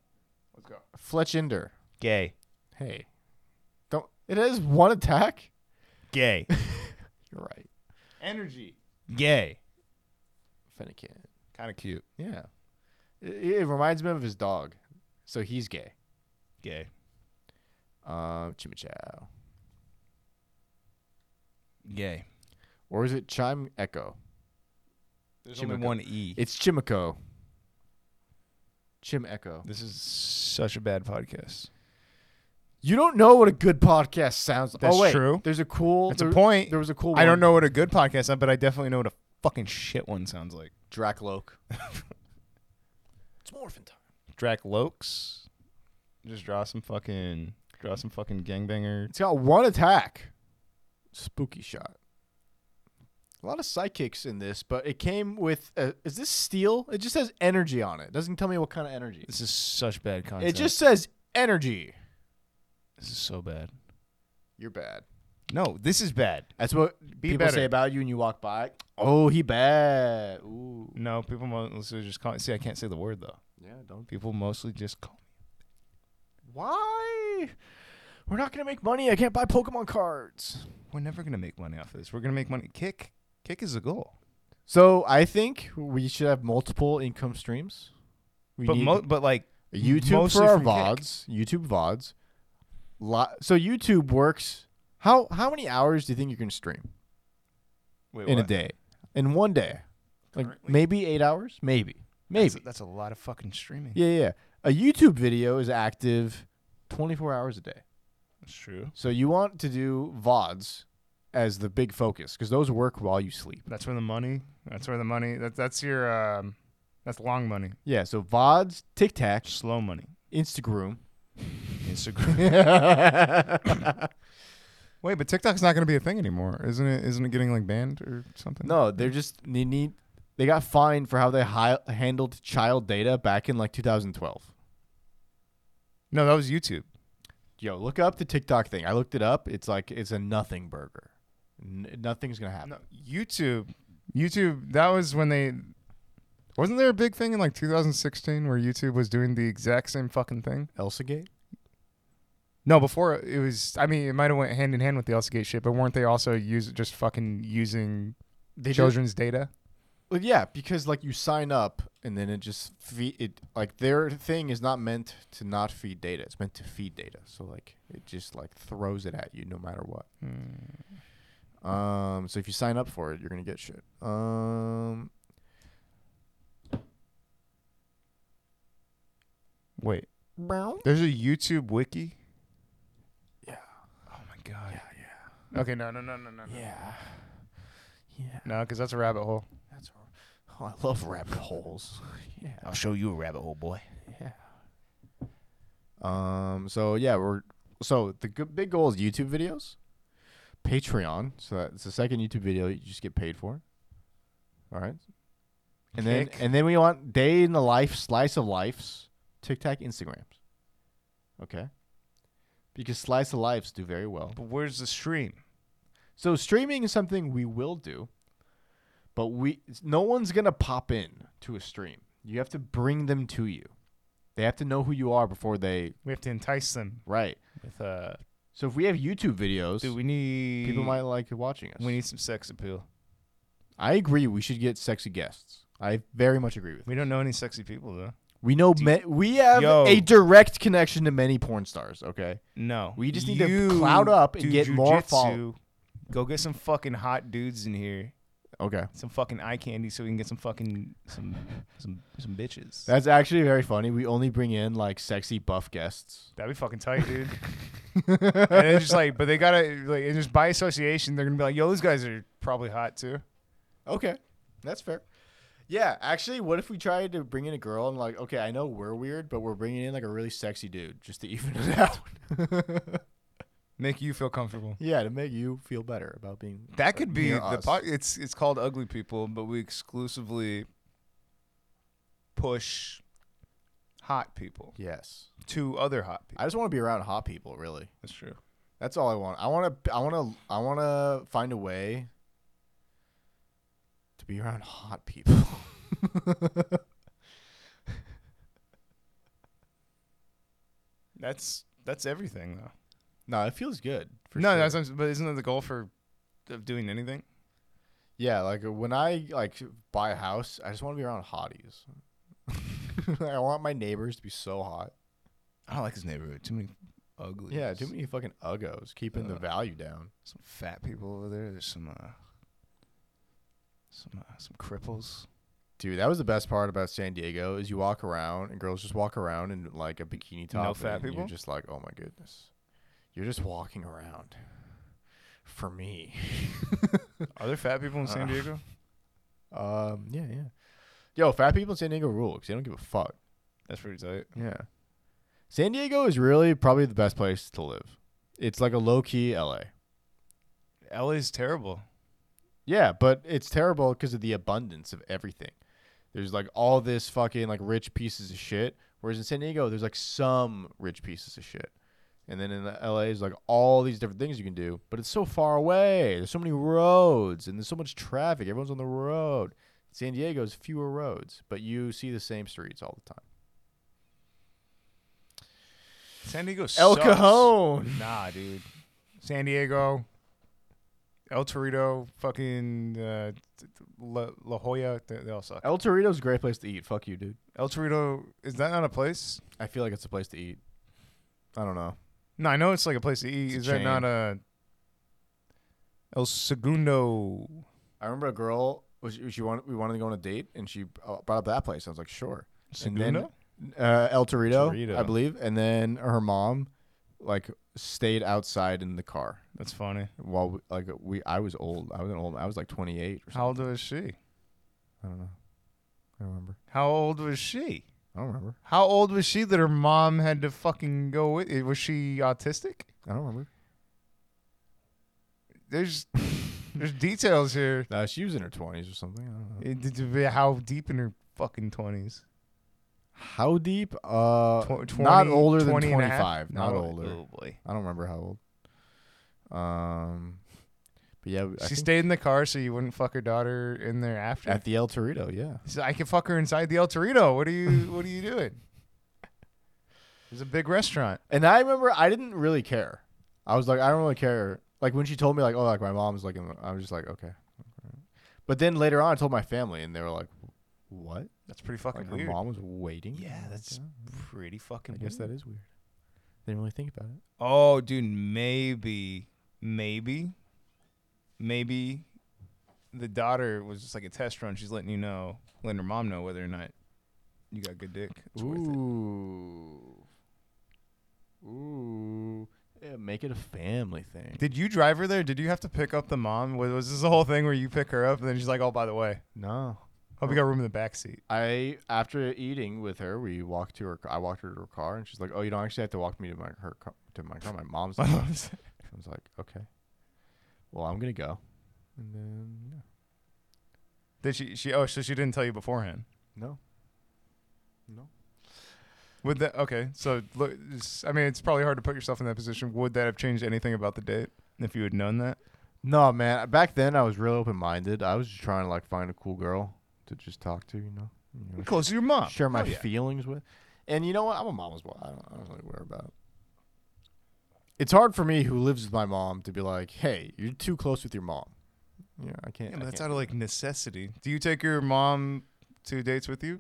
Let's go.
Fletchender.
Gay.
Hey. Don't it has one attack? *laughs*
Gay.
You're right.
Energy. Gay.
Fennekin.
Kind of cute.
Yeah. It, it reminds me of his dog. So he's gay.
Gay.
Um Chimichow.
Gay.
Or is it Chime Echo?
There's
Chimico.
only one E.
It's Chimico. Chim Echo.
this is such a bad podcast.
You don't know what a good podcast sounds like.
That's
oh, wait.
true.
There's a cool
That's a
there-
point.
There was a cool
I
one.
don't know what a good podcast is, but I definitely know what a fucking shit one sounds like.
Dracloak.
*laughs*
it's morphin time.
Drac Lokes. Just draw some fucking draw some fucking gangbanger.
It's got one attack. Spooky shot. A lot of sidekicks in this, but it came with. A, is this steel? It just says energy on it. Doesn't tell me what kind of energy.
This is such bad
It
content.
just says energy.
this is so bad.
You're bad.
No, this is bad.
That's what
Be
people
better.
say about you when you walk by. Oh, he bad. Ooh.
No, people mostly just call. See, I can't say the word though.
Yeah, don't.
People mostly just call.
Why? We're not gonna make money. I can't buy Pokemon cards.
We're never gonna make money off of this. We're gonna make money. Kick, kick is a goal.
So I think we should have multiple income streams. We
But
need-
mo- but like
YouTube
mostly
for our
from Kick.
vods. YouTube vods. Lo- so YouTube works. How how many hours do you think you can stream
Wait,
in a
what?
day? In one day, like
Currently?
maybe eight hours, maybe maybe.
That's a, that's a lot of fucking streaming.
yeah, yeah. A YouTube video is active twenty four hours a day.
that's true.
So you want to do vods as the big focus because those work while you sleep.
That's where the money. That's where the money. That's that's your um, that's long money,
Yeah. So vods, TikTok,
slow money.
Instagram.
Instagram. *laughs*
*laughs*
Wait, but TikTok's not gonna be a thing anymore, isn't it? Isn't it getting like banned or something?
No, they're just they need. They got fined for how they hi- handled child data back in like 2012.
no, that was YouTube.
Yo, look up the TikTok thing. I looked it up. It's like it's a nothing burger. N- nothing's gonna happen.
No, YouTube. YouTube. That was when they. Wasn't there a big thing in like 2016 where YouTube was doing the exact same fucking thing?
Elsa Gate.
No, before it was. I mean, it might have went hand in hand with the Elsagate shit, but weren't they also use just fucking using
They just-
children's data?
Well, yeah, because like you sign up and then it just feed it. Like their thing is not meant to not feed data. It's meant to feed data. So like it just like throws it at you no matter what. Mm. Um. So if you sign up for it, you're gonna get shit. Um.
Wait,
Meow.
there's a YouTube wiki.
Yeah.
Oh my god. Yeah, yeah. Okay, no, no, no, no, no, no.
Yeah. Yeah.
No, because that's a rabbit hole.
That's all. Oh, I love rabbit holes. *laughs* yeah.
show you a rabbit hole, boy.
Yeah. Um. So yeah, we're so the good, big goal is YouTube videos, Patreon. So that's the second YouTube video you just get paid for. All right. And then
Kick.
and then we want day in the life slice of life's TikTok Instagrams. Okay. Because slice of lives do very well.
But where's the stream?
So streaming is something we will do, but we no one's gonna pop in to a stream. You have to bring them to you. They have to know who you are before they
We have to entice them
right.
with uh,
So if we have YouTube videos,
Dude, we need
people might like watching us.
we need some sex appeal.
I agree. We should get sexy guests. I very much agree with. You.
We don't know any sexy people though.
We know
Do-
ma- we have
Yo.
a direct connection to many porn stars. Okay,
No.
We just need to cloud up and
do
get more
jujitsu.
follow-
Go get some fucking hot dudes in here.
okay.
Some fucking eye candy so we can get some fucking some some some bitches.
That's actually very funny. We only bring in like sexy buff guests.
That'd be fucking tight, dude. and it's just like, but they gotta like, and just by association, they're gonna be like, yo, those guys are probably hot too.
*laughs* Okay, that's fair. Yeah, actually, what if we tried to bring in a girl and like, okay, I know we're weird, but we're bringing in like a really sexy dude just to *laughs* even it out.
Make you feel comfortable.
yeah, to make you feel better about being
That could be
near
the
us.
po- it's it's called ugly people, but we exclusively push hot people
Yes,
to other hot people.
I just want to be around hot people. Really,
That's true.
that's all I want. I want to. I want to. I want to find a way to be around hot people. *laughs*
That's that's everything though.
no, it feels good. for
no,
sure.
that's what I'm- but isn't that the goal for of doing anything?
Yeah, like uh, when I like buy a house, I just want to be around hotties. *laughs* I want my neighbors to be so hot.
I don't like this neighborhood. Too many ugly.
Yeah, too many fucking uggos keeping the
Uh,
value down.
Some fat people over there. There's some uh, some uh, some cripples.
Dude, that was the best part about San Diego is you walk around and girls just walk around in like a bikini top.
No fat
and You're
people?
just like, oh my goodness, you're just walking around for me.
Are there fat people in San
Uh. *laughs*
Diego?
um, yeah, yeah. Yo, fat people in San Diego rule because they don't give a fuck.
That's pretty tight.
Yeah. San Diego is really probably the best place to live. It's like a low key LA.
LA's terrible.
Yeah, but it's terrible because of the abundance of everything. There's like all this fucking like rich pieces of shit. Whereas in San Diego, there's like some rich pieces of shit. And then in LA is like all these different things you can do, but it's so far away. There's so many roads and there's so much traffic. Everyone's on the road. San Diego's fewer roads, but you see the same streets all the time.
San Diego sucks.
El Cajon.
*laughs* Nah, dude. San Diego, El Torito, fucking uh, t- t- La, La Jolla, they, they all suck.
El Torito's a great place to eat. Fuck you, dude.
El Torito, is that not a place?
I feel like it's a place to eat. I don't know.
No, I know it's like a place to
It's
eat.
a
is that not a El Segundo?
I remember a girl was she wanted we wanted to go on a date and she uh, brought up that place. I was like, sure. And then,
Segundo?
uh, El Torito,
Torito.
I believe, and then her mom like stayed outside in the car
That's funny.
while we, like we I was old. I was an old. I was like 28 or something.
How old was she?
I don't know. I don't remember.
How old was she?
I don't remember.
How old was she that her mom had to fucking go with? It? Was she autistic?
I don't remember. *laughs*
There's there's details here.
No, Uh, she was in her 20s or something. I don't know.
It, it- it- how deep in her fucking twenties?
How deep? Uh,
Tw- 20,
not older than
20 and a half?
25. Not
No,
older.
Oh boy.
I don't remember how old. Um, but yeah, I
She
think
stayed in the car so you wouldn't fuck her daughter in there after.
at the El Torito. Yeah.
so I can fuck her inside the El Torito. What
*laughs*
are you What are you doing? It's a big restaurant.
And I remember I didn't really care. I was like, I don't really care. Like when she told me, like, oh, like my mom's like, in the- I was just like, okay. But then later on, I told my family, and they were like, what?
That's pretty fucking
Like her mom was waiting.
Yeah,
I'm like,
that's
"Oh,
pretty fucking.
I guess that
weird.
is weird. Didn't really think about it.
Oh, dude, maybe, maybe, maybe the daughter was just like a test run. She's letting you know, letting her mom know whether or not you got good dick. It's worth it.
Ooh. Ooh. Yeah, make it a family thing.
Did you drive her there? Did you have to pick up the mom? Was, was this the whole thing where you pick her up and then she's like, "Oh, by the way,
No.
hope you got room in the back seat." *laughs*
I after eating with her, we walked to her. I walked her to her car, and she's like, "Oh, you don't actually have to walk me to my her car, to my car. My *laughs* mom's."
My
in the
mom's
I was like, okay. Well, I'm gonna go. And then yeah.
Did she? She? Oh, so she didn't tell you beforehand.
no, no.
Would that? Okay, so look, it's- I mean, it's probably hard to put yourself in that position. Would that have changed anything about the date if you had known that?
No, man. Back then, I was real open minded. I was just trying to like find a cool girl to just talk to, you know, you know,
Close to your mom.
share my
Hell yeah.
feelings with. And you know what? I'm a mama's boy. I don't, I don't really worry about it. it's hard for me who lives with my mom to be like, hey, you're too close with your mom. Yeah, I can't.
Yeah, but
I
that's
can't.
out of like necessity. Do you take your mom to dates with you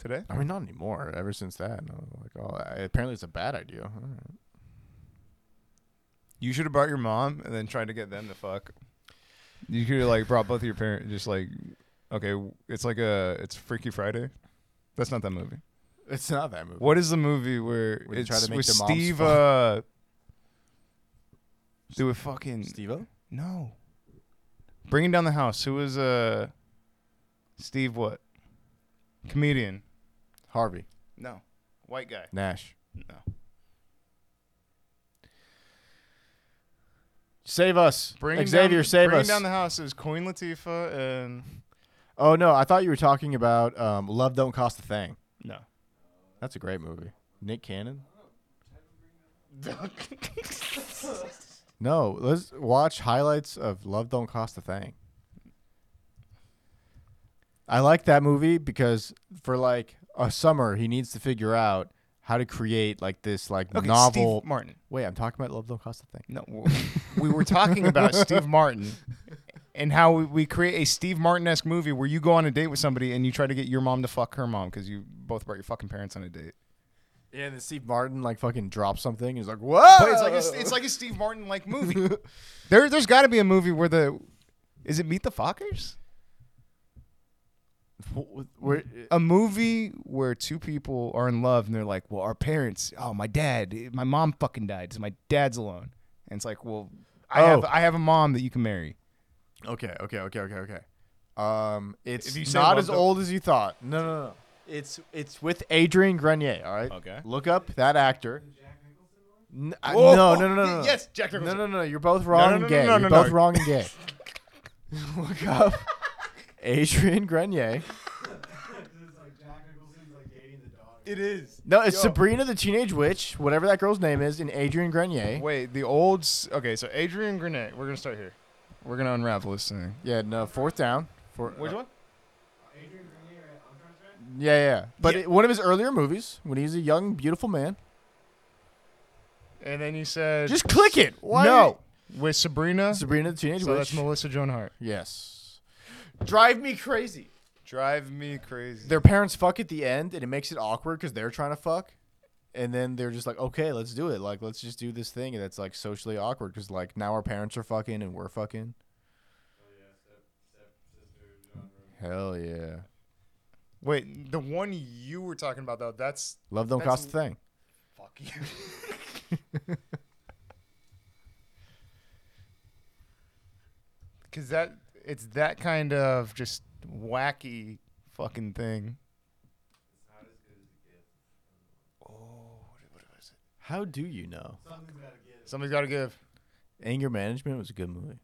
today?
I mean, not anymore. Ever since that, and I was like, oh, I, apparently it's a bad idea. *laughs* All right.
You should have brought your mom and then tried to get them to fuck. You could have like brought both of your parents. Just like, okay, it's like a it's Freaky Friday. That's not that movie.
It's not that movie.
What is the movie where
Where they
it's
try to make
with
the moms
Steve?
fuck?
Uh, do a fucking
Steve-O?
no. Bringing down the house. Who was uh, Steve? What comedian?
Harvey
No, white guy.
Nash.
No.
Save us,
Bringing
Xavier.
down,
save
bringing
us.
down the house is Queen Latifah and
oh no, I thought you were talking about um, Love Don't Cost a Thing. *laughs*
no.
That's a great movie. Nick Cannon. No, let's watch highlights of Love Don't Cost a Thing. I like that movie because for like a summer, he needs to figure out how to create like this like
okay,
novel.
Steve Martin.
Wait, I'm talking about Love Don't Cost a Thing.
No, w- we were talking about Steve Martin and how we, we create a Steve Martin-esque movie where you go on a date with somebody and you try to get your mom to fuck her mom because you both brought your fucking parents on a date.
Yeah, and then Steve Martin like fucking drops something. He's like, "Whoa!"
But it's like
*laughs*
a, it's like a Steve Martin like movie. there there's got to be a movie where the is it Meet the Fockers?
Where, uh,
A movie where two people are in love and they're like, well, our parents. Oh, my dad. My mom fucking died, so my dad's alone. And it's like, well, I
Oh.
have I have a mom that you can marry.
okay, okay, okay, okay, okay. Um, it's
If you say
not
Love
as
Don't-
old as you thought. No, no, no. It's it's with Adrian Grenier. All right.
Okay.
Look up that actor. N- I-
Whoa.
No, no, no, no, no.
Yes, Jack Nicholson.
No, no, no. You're both wrong
no,
and
no,
gay.
no,
You're
no,
both
no.
wrong and
*laughs*
gay. Look up Adrian Grenier.
It's like Jack Nicholson's like dating the daughter.
It is.
No, it's Sabrina the Teenage Witch, whatever that girl's name is, and Adrian Grenier.
Wait, the old. s- Okay, so Adrian Grenade. We're gonna start here. We're gonna unravel this thing.
Yeah, no, fourth down. Four, uh,
one?
Adrian Grenier, I'm trying to say.
Yeah, yeah. But
Yeah.
It, one of his earlier movies, when he's a young, beautiful man.
And then you said
Just click it. Why
no with Sabrina.
Sabrina the Teenage
so
Witch.
that's Melissa Joan Hart.
yes. Drive me crazy.
Drive me crazy.
Their parents fuck at the end, and it makes it awkward because they're trying to fuck, and then they're just like, "Okay, let's do it. Like, let's just do this thing that's like socially awkward because like now our parents are fucking and we're fucking." Oh, Hell yeah!
Wait, the one you were talking about though. That's
Love don't
That's-
cost a thing.
fuck you. *laughs* Because that it's that kind of just wacky fucking thing.
How do you know?
Something's gotta give.
Somebody's got to give.
Anger Management was a good movie.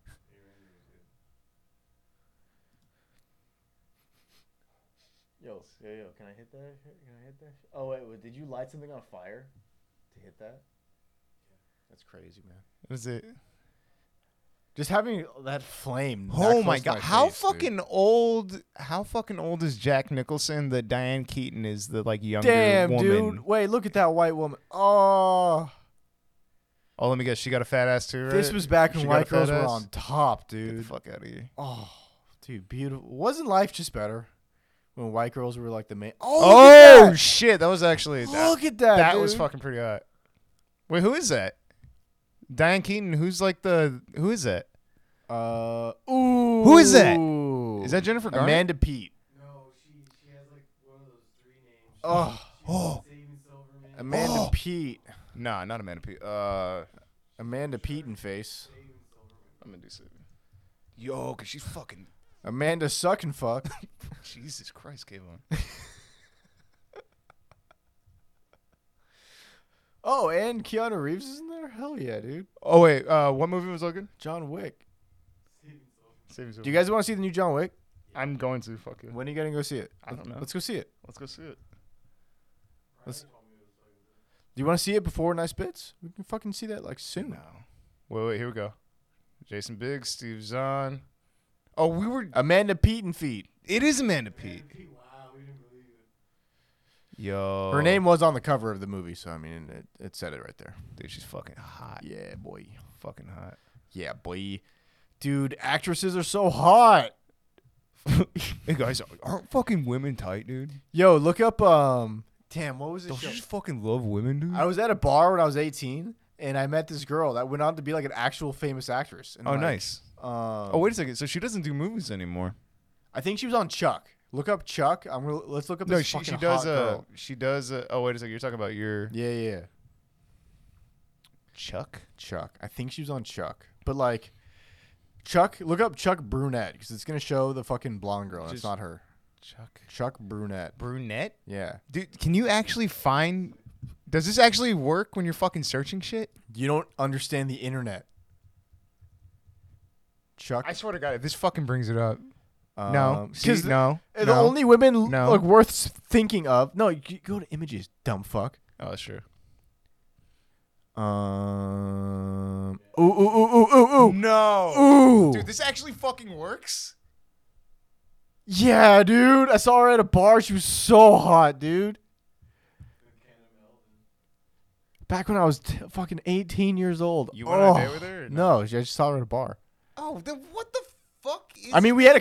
Yo, yo, yo, can I hit that? Can I hit that? Oh, wait, wait, did you light something on fire to hit that? That's crazy, man.
Was it?
Just having that flame. that
Oh
close
my
to
god! how
face, dude.
fucking old? How fucking old is Jack Nicholson? That Diane Keaton is the like younger
Damn,
woman.
dude. Wait, look at that white woman. Oh,
Oh, let me guess. She got a fat ass too, right?
this was back when
She got a
white girls
fat
were
ass?
on top,
Get the
dude.
fuck out of here.
Oh, dude, beautiful. Wasn't life just better when white girls were like the main? Oh,
Oh
look at
shit! That was actually
that,
that,
Look at that,
that was
dude.
fucking pretty hot. Wait, who is that? Diane Keaton. Who's like the who is that?
Uh, ooh,
Who is that? Is that Jennifer Garner?
Amanda Pete?
No, she she has like one of those three names.
*gasps* Oh,
Oh.
Saving Silverman.
Amanda
Oh.
Pete.
Nah, not Amanda Pete. Uh,
Amanda Pete in face.
Saving Silverman.
I'm gonna do something. Yo, cause she's fucking.
Amanda suck and
*laughs*
fuck.
Jesus Christ, Kayvon.
oh, and Keanu Reeves is in there. Hell yeah, dude.
Oh wait, uh, what movie was looking?
John Wick.
Saving Silverman.
Saving
Do you guys want to see the new John Wick?
I'm going to fuck it.
When are you gonna go see it?
I don't know.
Let's go see it.
Let's go see it.
Let's- Do you want to see it before Nice Bits? We can fucking see that like soon.
Wait, wait, here we go. Jason Biggs, Steve Zahn. Oh, we were.
Amanda Pete and feet.
It is Amanda Pete.
Wow, we didn't believe it.
Yo.
Her name was on the cover of the movie, so I mean, it, it said it right there.
Dude, she's fucking hot.
Yeah, boy.
Fucking hot. *laughs*
Yeah, boy. Dude, actresses are so hot.
hey guys, aren't fucking women tight, dude?
Yo, look up. Um, damn, what was this
Don't you
show?
just fucking love women, dude?
I was at a bar when I was 18, and I met this girl that went on to be like an actual famous actress. And
oh,
like,
nice.
Um,
Oh, wait a second. So she doesn't do movies anymore.
I think she was on Chuck. Look up Chuck. I'm gonna let's look up this fucking
uh,
hot girl.
she does a. Oh, wait a second. You're talking about your
Yeah, yeah,
Chuck?
Chuck. I think she was on Chuck, but like Chuck. Look up Chuck Brunette because it's gonna show the fucking blonde girl. And
Just-
it's not her.
Chuck
Chuck Brunette.
brunette.
Yeah.
Dude, can you actually find? Does this actually work when you're fucking searching shit?
You don't understand the internet. Chuck.
I swear to God, if this fucking brings it up.
um,
no, see,
'cause
no,
The
no.
only women
No.
like worth s- thinking of. No, you go to images, dumb fuck.
Oh, that's true.
Um. Ooh, ooh, ooh, ooh, ooh, ooh.
No,
Ooh.
dude, this actually fucking works.
yeah, dude. I saw her at a bar. She was so hot, dude. Back when I was t- fucking 18 years old.
You went on a date
Oh,
with her or
No, she- I just saw her at a bar.
Oh, then what the fuck? Is
I mean, we had a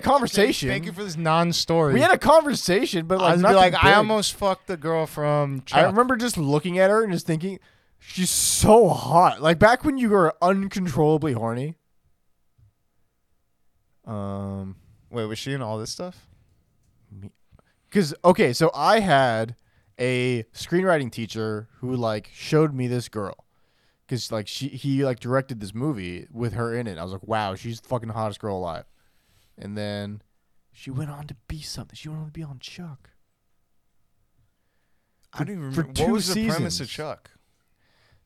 conversation.
conversation. Thank you for this non-story.
we had a conversation, but
I
like,
was be
nothing
like, I
big.
almost fucked the girl from. Chuck.
I remember just looking at her and just thinking, she's so hot. Like back when you were uncontrollably horny. Um,
Wait, was she in all this stuff?
because okay, so I had a screenwriting teacher who like showed me this girl, because like she he like directed this movie with her in it. I was like, wow, she's the fucking hottest girl alive. And then she went on to be something. She went on to be on Chuck.
I don't even
For
remember.
two
what was the premise of
seasons.
Chuck?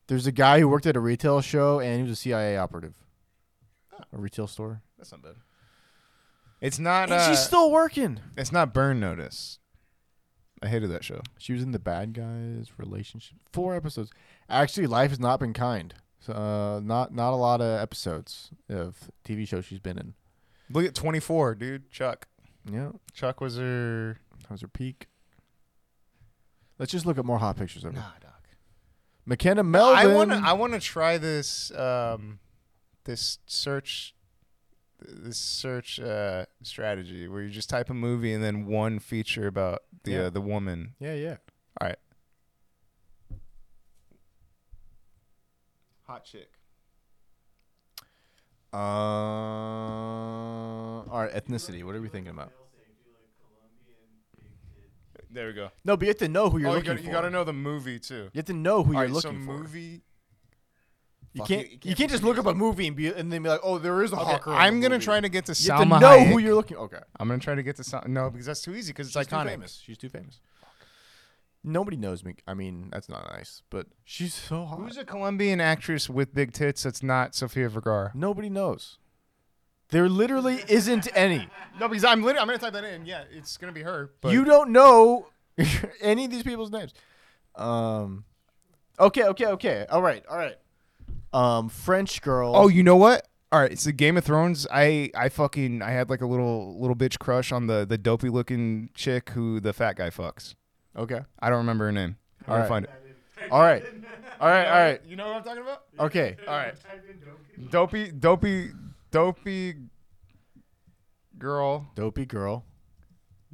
There's a guy who worked at a retail show and he was a CIA operative. A retail store.
That's not bad. It's not.
And
uh,
she's still working.
It's not Burn Notice. I hated that show.
She was in the bad guys relationship. Four episodes. Actually, life has not been kind. So uh, not not a lot of episodes of TV shows she's been in.
Look at 24, dude. Chuck.
Yeah,
Chuck was her.
that was her peak. Let's just look at more hot pictures of her.
doc.
McKenna Melvin.
I want to. I want to try this. Um, this search. This search uh, strategy where you just type a movie and then one feature about the
Yeah.
uh, the woman.
yeah, yeah.
All right. Hot chick.
Uh, all right, ethnicity. What are we thinking about?
There we go.
No, but you have to know who you're
oh, you
looking
gotta,
for.
you gotta know the movie too.
You have to know who
All
you're
right,
looking
so
for.
movie.
You
Fuck,
can't,
you
you
can't
can't. just look up a movie and be and then be like, oh, there is a
Okay,
hot girl. in
I'm
the
gonna
movie.
try to get to
You
Salma
have to know
Hayek.
who you're looking. Okay,
I'm gonna try to get to Sal- no because that's too easy because it's
She's too
iconic.
famous. She's too famous. Nobody knows me. I mean, that's not nice, but she's so hot.
Who's a Colombian actress with big tits that's not Sofia Vergara?
Nobody knows. There literally isn't any.
No, because I'm literally I'm gonna type that in. Yeah, it's gonna be her. But
you don't know *laughs* any of these people's names. Um. Okay. Okay. Okay. All right. All right. Um. French girl.
oh, you know what? All right, so Game of Thrones. I I fucking I had like a little little bitch crush on the the dopey looking chick who the fat guy fucks.
Okay.
I don't remember her name. I'm
All
gonna find it.
All right. All right. All right.
You know what I'm talking about?
Okay.
All right. Dopey dopey dopey girl.
Dopey girl.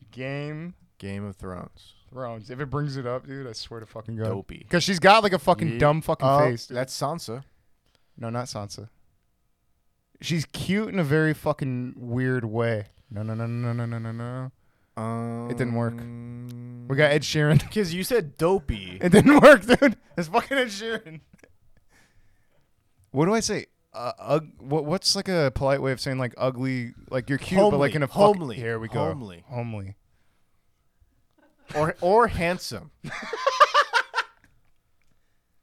Game
Game of Thrones.
Thrones. If it brings it up, dude, I swear to fucking God.
Dopey.
Because she's got like a fucking
Yeah.
dumb fucking
Oh,
face. dude.
That's Sansa.
No, not Sansa. She's cute in a very fucking weird way. No, no, no, no, no, no, no, no.
Um,
didn't work. We got Ed Sheeran. *laughs*
Because you said dopey.
It didn't work, dude. It's fucking Ed Sheeran. What do I say? Uh, ug- what, what's like a polite way of saying like ugly? Like you're cute, but like
Homely,
in a fuck-
homely,
Here we go.
homely.
Homely.
or or
*laughs*
handsome.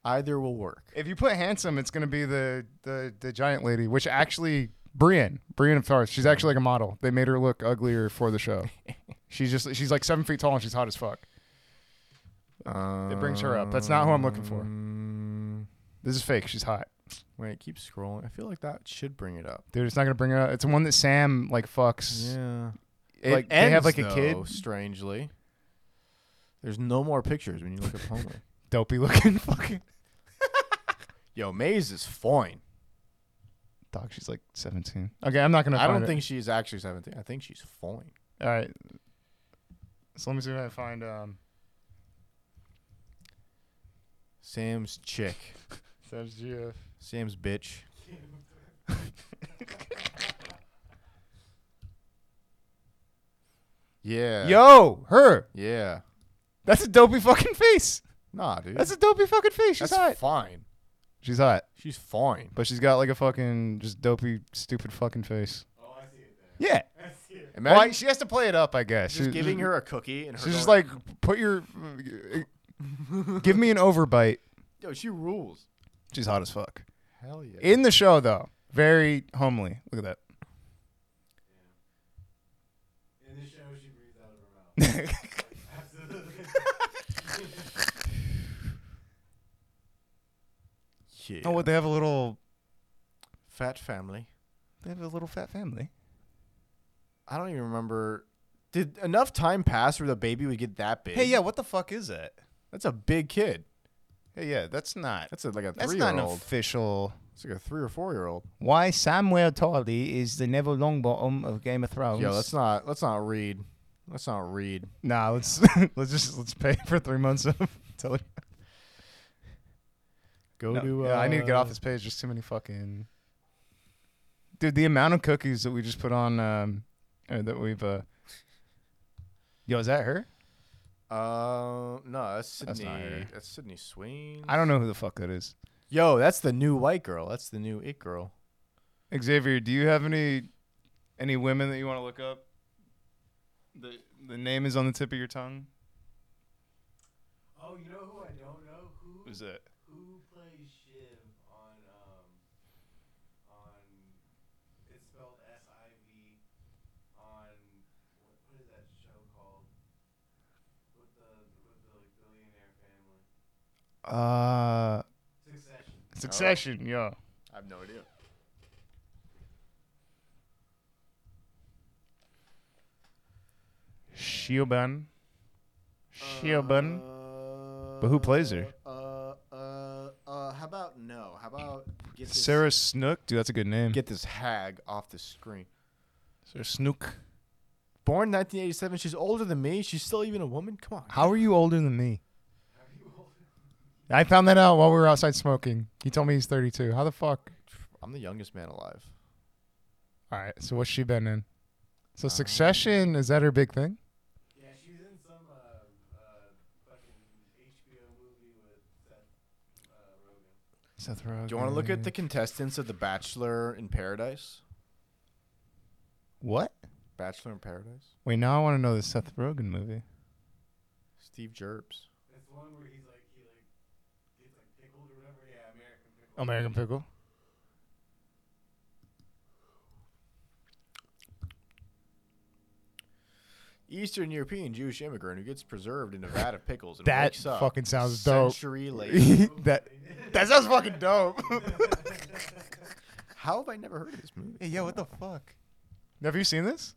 Either will work.
If you put handsome, it's gonna be the the, the giant lady, which actually Brienne, Brienne of Tarth. She's actually like a model. They made her look uglier for
*laughs*
the show. she's just she's like seven feet tall and she's hot as fuck. It brings her up. That's not who I'm looking for.
Um,
This is fake. She's hot,
wait, keep scrolling. I feel like that should bring it up.
dude. It's not gonna bring her up. It's the one that Sam like fucks.
Yeah.
It- they have, like, a kid?
Strangely, There's no more pictures when you look up
*laughs*
Homelander.
Dopey looking fucking
Yo, Maze is fine.
dog. She's like 17. Okay, I'm not gonna.
I
find
don't
it.
think she's actually 17. I think she's fine.
All right. So let me see if I find. Um,
Sam's chick.
Sam's GF.
Sam's bitch. *laughs* yeah.
Yo, her.
Yeah.
That's a dopey fucking face.
Nah, dude.
That's a dopey fucking face. She's
That's
hot.
fine.
she's hot,
She's fine.
but she's got like a fucking just dopey, stupid fucking face.
Oh, I see it there.
Yeah.
I see it.
Imagine
Well, I- she has to play it up, I guess.
just
She-
giving her a cookie and her
She's just
going,
like, put your. uh,
*laughs*
give me an overbite.
yo, she rules.
She's hot as fuck.
Hell yeah.
In the show, though, very homely. Look at
In the show, she breathes out of her mouth.
that.
Absolutely.
yeah.
oh, what? They have a little.
Fat family.
They have a little fat family.
I don't even remember. Did enough time pass where the baby would get that big?
Hey, yeah. What the fuck is that?
That's a big kid.
Hey, yeah. That's not.
That's a, like a
That's
three
not
year
an
old.
official.
It's like a three or four year old.
Why Samuel Tarly is the Neville Longbottom of Game of Thrones?
Yo, let's not let's not read. Let's not read.
Nah, let's *laughs* let's just let's pay *laughs* for three months of. Tele-
Go
No,
to. Uh,
yeah, I need to get off this page. There's too many fucking. Dude, the amount of cookies that we just put on, um, or that we've. Uh... Yo, is that her?
Uh, no, that's Sydney.
That's
That's,
not her.
Sydney Swain.
I don't know who the fuck that is.
Yo, that's the new white girl. That's the new it girl.
Xavier, do you have any any women that you want to look up? The the name is on the tip of your tongue.
oh, you know who I don't know? Who
Who's that?
who plays Shiv on um on it's spelled S I V on what, what is that show called? With the with the like, billionaire family.
Uh,
Succession.
Succession. Yeah.
I have no idea.
Shioban. Uh, Shioban. But who plays her?
Uh, uh, uh, how about no? How about get this,
Sarah Snook. Dude, that's a good name.
Get this hag off the screen.
Sarah Snook.
Born 1987, she's older than me. She's still even a woman. Come on.
How are you older than me? I found that out while we were outside smoking. He told me he's 32. How the fuck?
I'm the youngest man alive.
All right. So what's she been in? So Succession is that her big
Um,
thing?
Yeah, she was in some uh, uh fucking HBO movie with Seth uh, Rogen.
Seth Rogen.
Do you want to look at the
Mm.
contestants of The Bachelor in Paradise?
what?
Bachelor in Paradise.
Wait, now I want to know the Seth Rogen movie.
Steve Jobs.
It's the one where he's like he like gets like pickled or whatever. Yeah, American Pickle.
American Pickle.
Eastern European Jewish immigrant who gets preserved in Nevada pickles and
That
wakes up
fucking sounds dope.
century
*laughs*
later.
*laughs* that that sounds fucking
*laughs*
dope.
How have I never heard of this movie?
hey, yo, what the fuck? Have you seen this?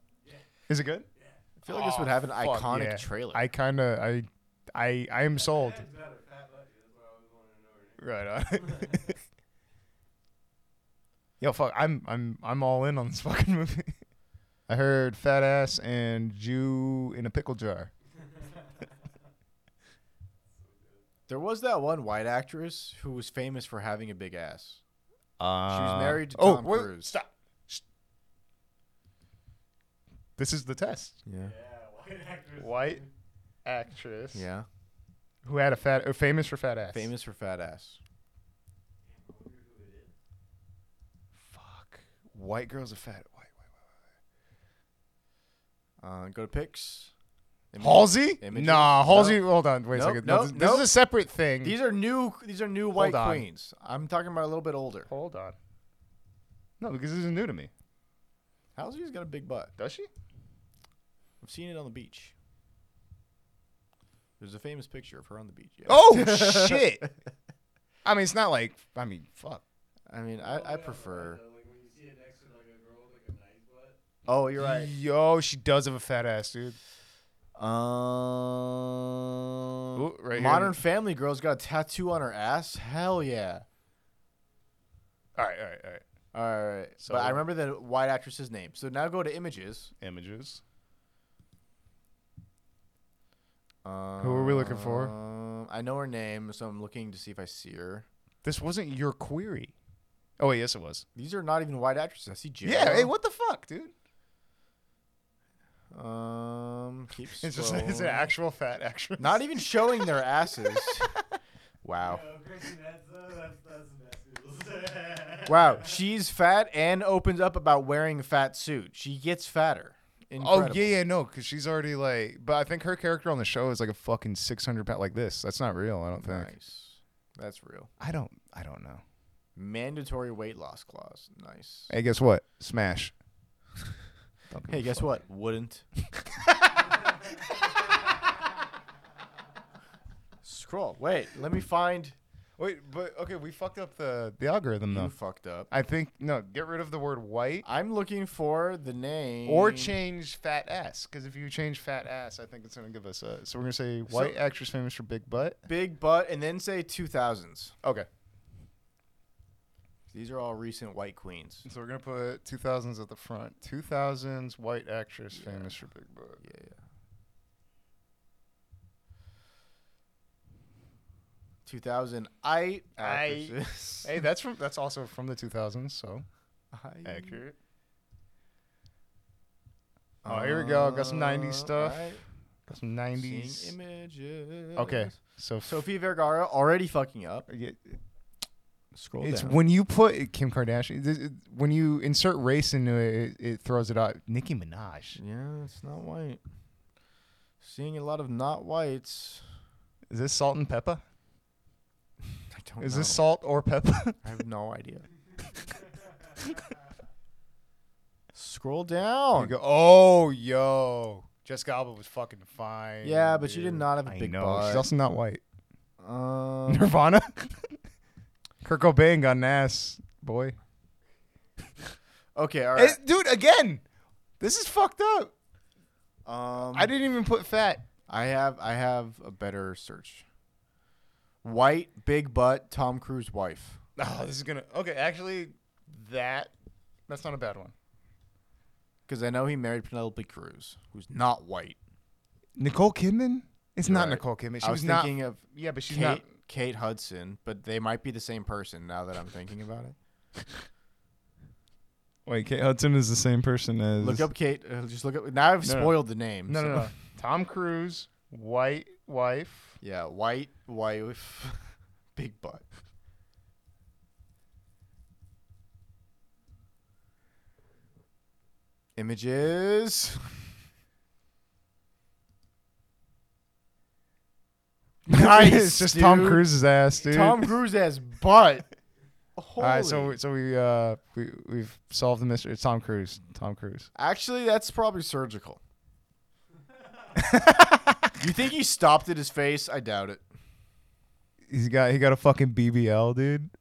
Is it good?
I feel like this would have an
Fuck
iconic
yeah.
trailer.
I kind of I I I am sold.
That's better. Fat Buddy. That's what I always wanted to know her name.
Right on.
*laughs*
Yo, fuck, I'm I'm I'm all in on this *laughs* fucking movie. I heard fat ass and Jew in a pickle jar.
there was that one white actress who was famous for having a big ass. She was married to
oh,
Tom
wait,
Cruise.
Stop. Sh- This is the test.
Yeah,
Yeah.
white actress.
White actress
Yeah.
who had a fat, or famous for fat ass.
Famous for fat ass.
Fuck. White girls are fat. White, white,
Uh, go to pics.
white. Halsey?
Images?
Nah,
No.
Halsey. Hold on. Wait
Nope,
a second. No,
nope,
this, this is
nope.
a separate thing.
These are new. These are new white
Hold on.
queens. I'm talking about a little bit older.
Hold on. No, because this is new to me.
Halsey's got a big butt.
Does she?
I've seen it on the beach. There's a famous picture of her on the beach. Yeah.
*laughs* Oh shit! I mean, it's not like I mean, fuck.
I mean, I, I prefer.
Like when you see it next to like a girl with like a nice butt.
Oh, *clears throat* you're right.
Yo, she does have a fat ass, dude.
Um,
right
Modern
here.
Family Girl's got a tattoo on her ass. Hell yeah.
All right, all right, all right.
All right.
So-
but I remember the white actress's name. So now go to images.
Images.
Um,
are we looking for?
I know her name, so I'm looking to see if I see her.
This wasn't your query. Oh wait, yes it was.
These are not even white actresses. I see J.
Yeah. Hey, what the fuck, dude?
Um, keep
*laughs* It's just it's an
scrolling.
actual fat actress. *laughs*
Not even showing their asses. wow.
Yo, Christian, that's, uh, that's, that's
*laughs*
*laughs* messy.
Wow. She's fat and opens up about wearing a fat suit. She gets fatter.
Oh
Incredible.
yeah, yeah, no, because she's already like. But I think her character on the show is like a fucking six hundred pound like this. That's not real. I don't think.
Nice. That's real.
I don't. I don't know.
Mandatory weight loss clause. Nice.
Hey, guess what? Smash. *laughs* Don't give
Hey,
a
guess
fuck.
what? Wouldn't. Scroll. Wait, let me find.
Wait, but okay, we fucked up the the algorithm
You
though.
fucked up.
I think no. Get rid of the word white
I'm looking for the name.
or change fat ass. Because if you change fat ass, I think it's gonna give us a. So we're gonna say white actress famous for big butt.
Big butt and then say 2000s.
Okay.
These are all recent white queens.
So we're gonna put two thousands at the front. Two thousands white actress famous for big butt.
Yeah, yeah. 2000 I *laughs*
I-
actresses.
Hey, that's from that's also from the two thousands. So
I-
accurate. Oh, here we go. Got some 90s stuff.
alright.
Got some
Uh, Seeing
nineties.
images.
Okay, so f-
Sophie Vergara already fucking up.
yeah,
Scroll
it's
down.
when you put Kim Kardashian. this- it- when you insert race into it, it, it throws it out. Nicki Minaj.
yeah, it's not white. Seeing a lot of not whites.
Is this salt and pepper?
I don't
Is
know.
this salt or pepper?
I have no idea. *laughs* Scroll down.
*laughs* You go, oh, yo. Jessica Alba was fucking fine.
Yeah, but she did
dude."
not have a
I
big
know.
butt.
She's also not white. *laughs*
um,
Nirvana? Kirk Cobain got an ass, boy.
okay, all right.
Hey, dude, again, this is fucked up.
Um,
I didn't even put fat.
I have I have a better search. White big butt Tom Cruise wife.
Oh, this is gonna. Okay, actually, that that's not a bad one.
Because I know he married Penelope Cruz, who's not white.
Nicole Kidman? It's
You're
not
right.
Nicole Kidman. She
I was,
was, not.
thinking of
yeah, but she's
Kate
not.
Kate Hudson, but they might be the same person now that I'm thinking about
*laughs*
it.
Wait, Kate Hudson is the same person as.
Look up Kate. Uh, just look up. Now I've
No, no.
spoiled the name.
No,
so-
no, no. Tom Cruise, white *laughs* wife.
Yeah, white wife, *laughs* big butt. Images. Nice,
*laughs* it's just Tom
dude.
Cruise's ass, dude.
Tom Cruise as butt.
*laughs* All
Holy.
right, so we- so we uh we we've solved the mystery. It's Tom Cruise. Tom Cruise.
Actually, that's probably
*laughs*
surgical. you think he stopped at his face? I doubt it.
He's got he got a fucking BBL, dude.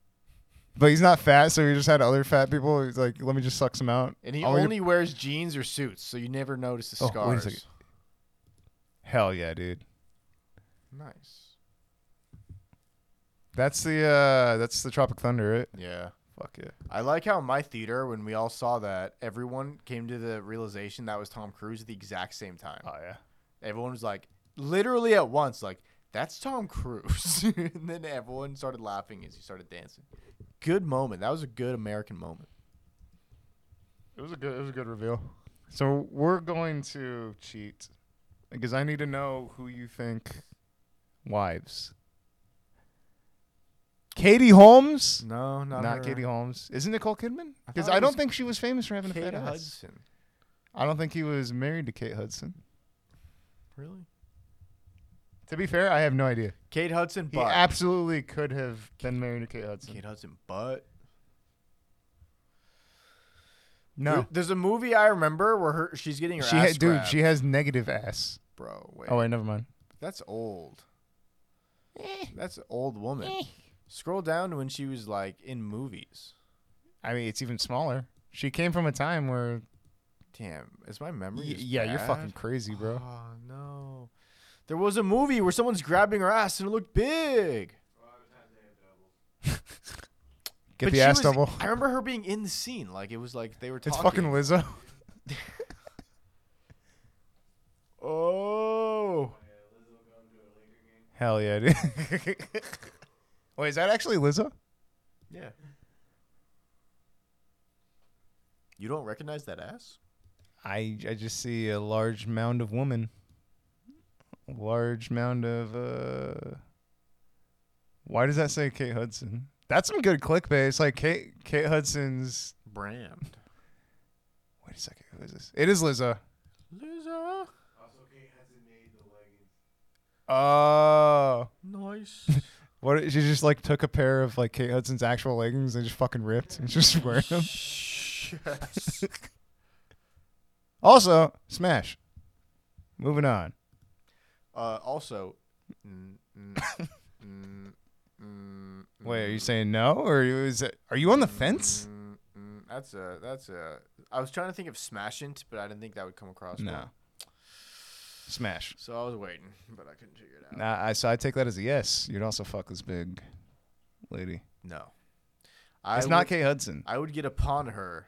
But he's not fat, so he just had other fat people. He's like, let me just suck some out.
And he
All your-
only wears jeans or suits, so you never notice the
Oh, wait a
scars.
second. hell yeah, dude.
nice.
That's the uh that's the Tropic Thunder, right?
Yeah.
Fuck yeah.
I like how in my theater, when we all saw that, everyone came to the realization that was Tom Cruise at the exact same time.
Oh yeah.
Everyone was like, literally at once, like, that's Tom Cruise. *laughs* and then everyone started laughing as he started dancing. Good moment. That was a good American moment.
It was a good it was a good reveal. So we're going to cheat because I need to know who you think wives. Katie Holmes?
No,
Not, Katie Holmes. Isn't Nicole Kidman?
I
Because
thought
I,
it
don't
was
think she was famous for having a
Kate
fat ass.
Hudson.
I don't think he was married to Kate Hudson.
Really?
To be fair, I have no idea.
Kate Hudson,
He
but.
absolutely could have been married to Kate Hudson.
Kate Hudson, but.
No,
There's a movie I remember where her, she's getting her
she
ass
had, dude,
grabbed.
she has negative ass.
Bro, wait.
Oh wait, never mind.
That's old. That's an old woman. Scroll down to when she was like in movies.
I mean, it's even smaller. She came from a time where
Damn, is my memory?
Y-
just
yeah, you're
bad?
Ah. fucking crazy, bro.
Oh no, There was a movie where someone's grabbing her ass and it looked big.
Get
But
the
she
ass
was-
double.
I remember her being in the scene. Like it was like they were talking.
*laughs* It's fucking Lizzo. *laughs*
Oh.
Hell yeah, dude. *laughs* Wait, is that actually Lizzo?
Yeah. You don't recognize that ass?
I I just see a large mound of woman. A large mound of uh Why does that say Kate Hudson? That's some good clickbait. It's like Kate Kate Hudson's *laughs*
Brand.
Wait a second, who is this? It is Lizzo.
Loser.
Also, Kate hasn't made the leggings.
Oh.
Nice.
What she just like took a pair of like Kate Hudson's actual leggings and just fucking ripped and just *laughs* wearing them.
Yes.
Also, smash. Moving on.
uh, also. Mm, mm, mm, mm,
Wait, are you saying no or is it, are you on the fence?
Mm, mm, that's a that's a. I was trying to think of smashant, but I didn't think that would come across.
No.
well.
Smash.
So I was waiting, but I couldn't figure it out.
Nah, I, so I take that as a yes. You'd also fuck this big lady.
No. I
it's not
would,
Kate Hudson.
I would get upon her,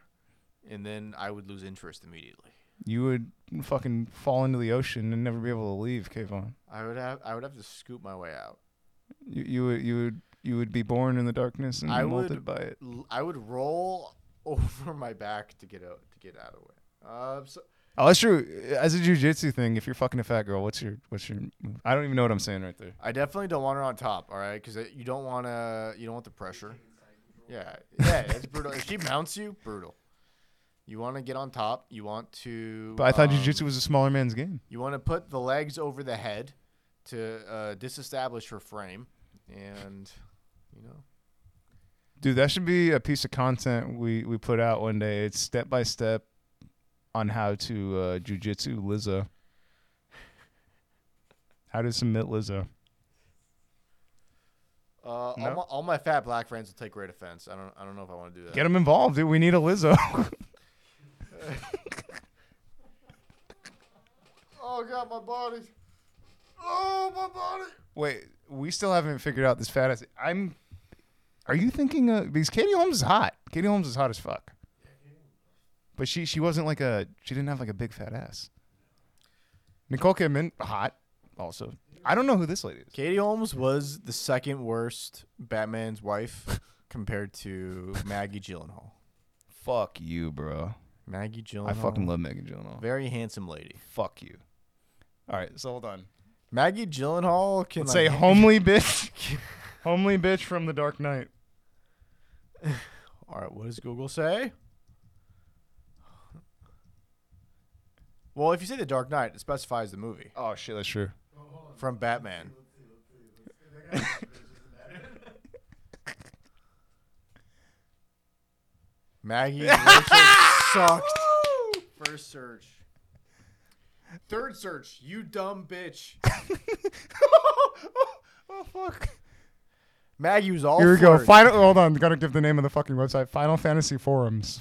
and then I would lose interest immediately.
You would fucking fall into the ocean and never be able to leave, Kayvon.
I would have I would have to scoop my way out.
You, you would you would you would be born in the darkness and
I
molded
would-
by it.
L- I would roll *laughs* over my back to get out to get out of it. Uh, so,
Oh, that's true. As a jujitsu thing, if you're fucking a fat girl, what's your what's your? move? I don't even know what I'm saying right there.
I definitely don't want her on top. All right, because you don't want to you don't want the pressure. Yeah, yeah, *laughs* it's brutal. if she mounts you, brutal. You want to get on top. You want to.
But I thought
um,
jujitsu was a smaller man's game.
You want to put the legs over the head to uh, disestablish her frame, and you know.
Dude, that should be a piece of content we we put out one day. It's step by step on how to uh, jujitsu Lizzo. How to submit Lizzo.
Uh, all,
No?
my, all my fat black friends will take great offense. I don't. I don't know if I want to do that.
Get them involved, dude. We need a Lizzo. *laughs*
Oh god, my body. Oh my body.
Wait, we still haven't figured out this fat ass. I'm. Are you thinking of because Katie Holmes is hot? Katie Holmes is hot as fuck. But she she wasn't like a she didn't have like a big fat ass. Nicole Kidman hot also. I don't know who this lady is.
Katie Holmes was the second worst Batman's wife *laughs* compared to Maggie Gyllenhaal.
Fuck you, bro.
Maggie Gyllenhaal.
I fucking love Megan Gyllenhaal.
Very handsome lady.
Fuck you. All right, so hold on.
Maggie Gyllenhaal can
Let's say
like,
homely bitch, *laughs* homely bitch from The Dark Knight.
All right, what does Google say? Well, if you say The Dark Knight, it specifies the movie
Oh shit, that's true.
from
*laughs*
Batman. Maggie Rachel sucked. First search. Third search. You dumb *laughs* bitch.
Oh fuck.
Maggie was all
Here we
for
go.
it.
Final. Hold on. Gotta give the name of the fucking website. Final Fantasy Forums.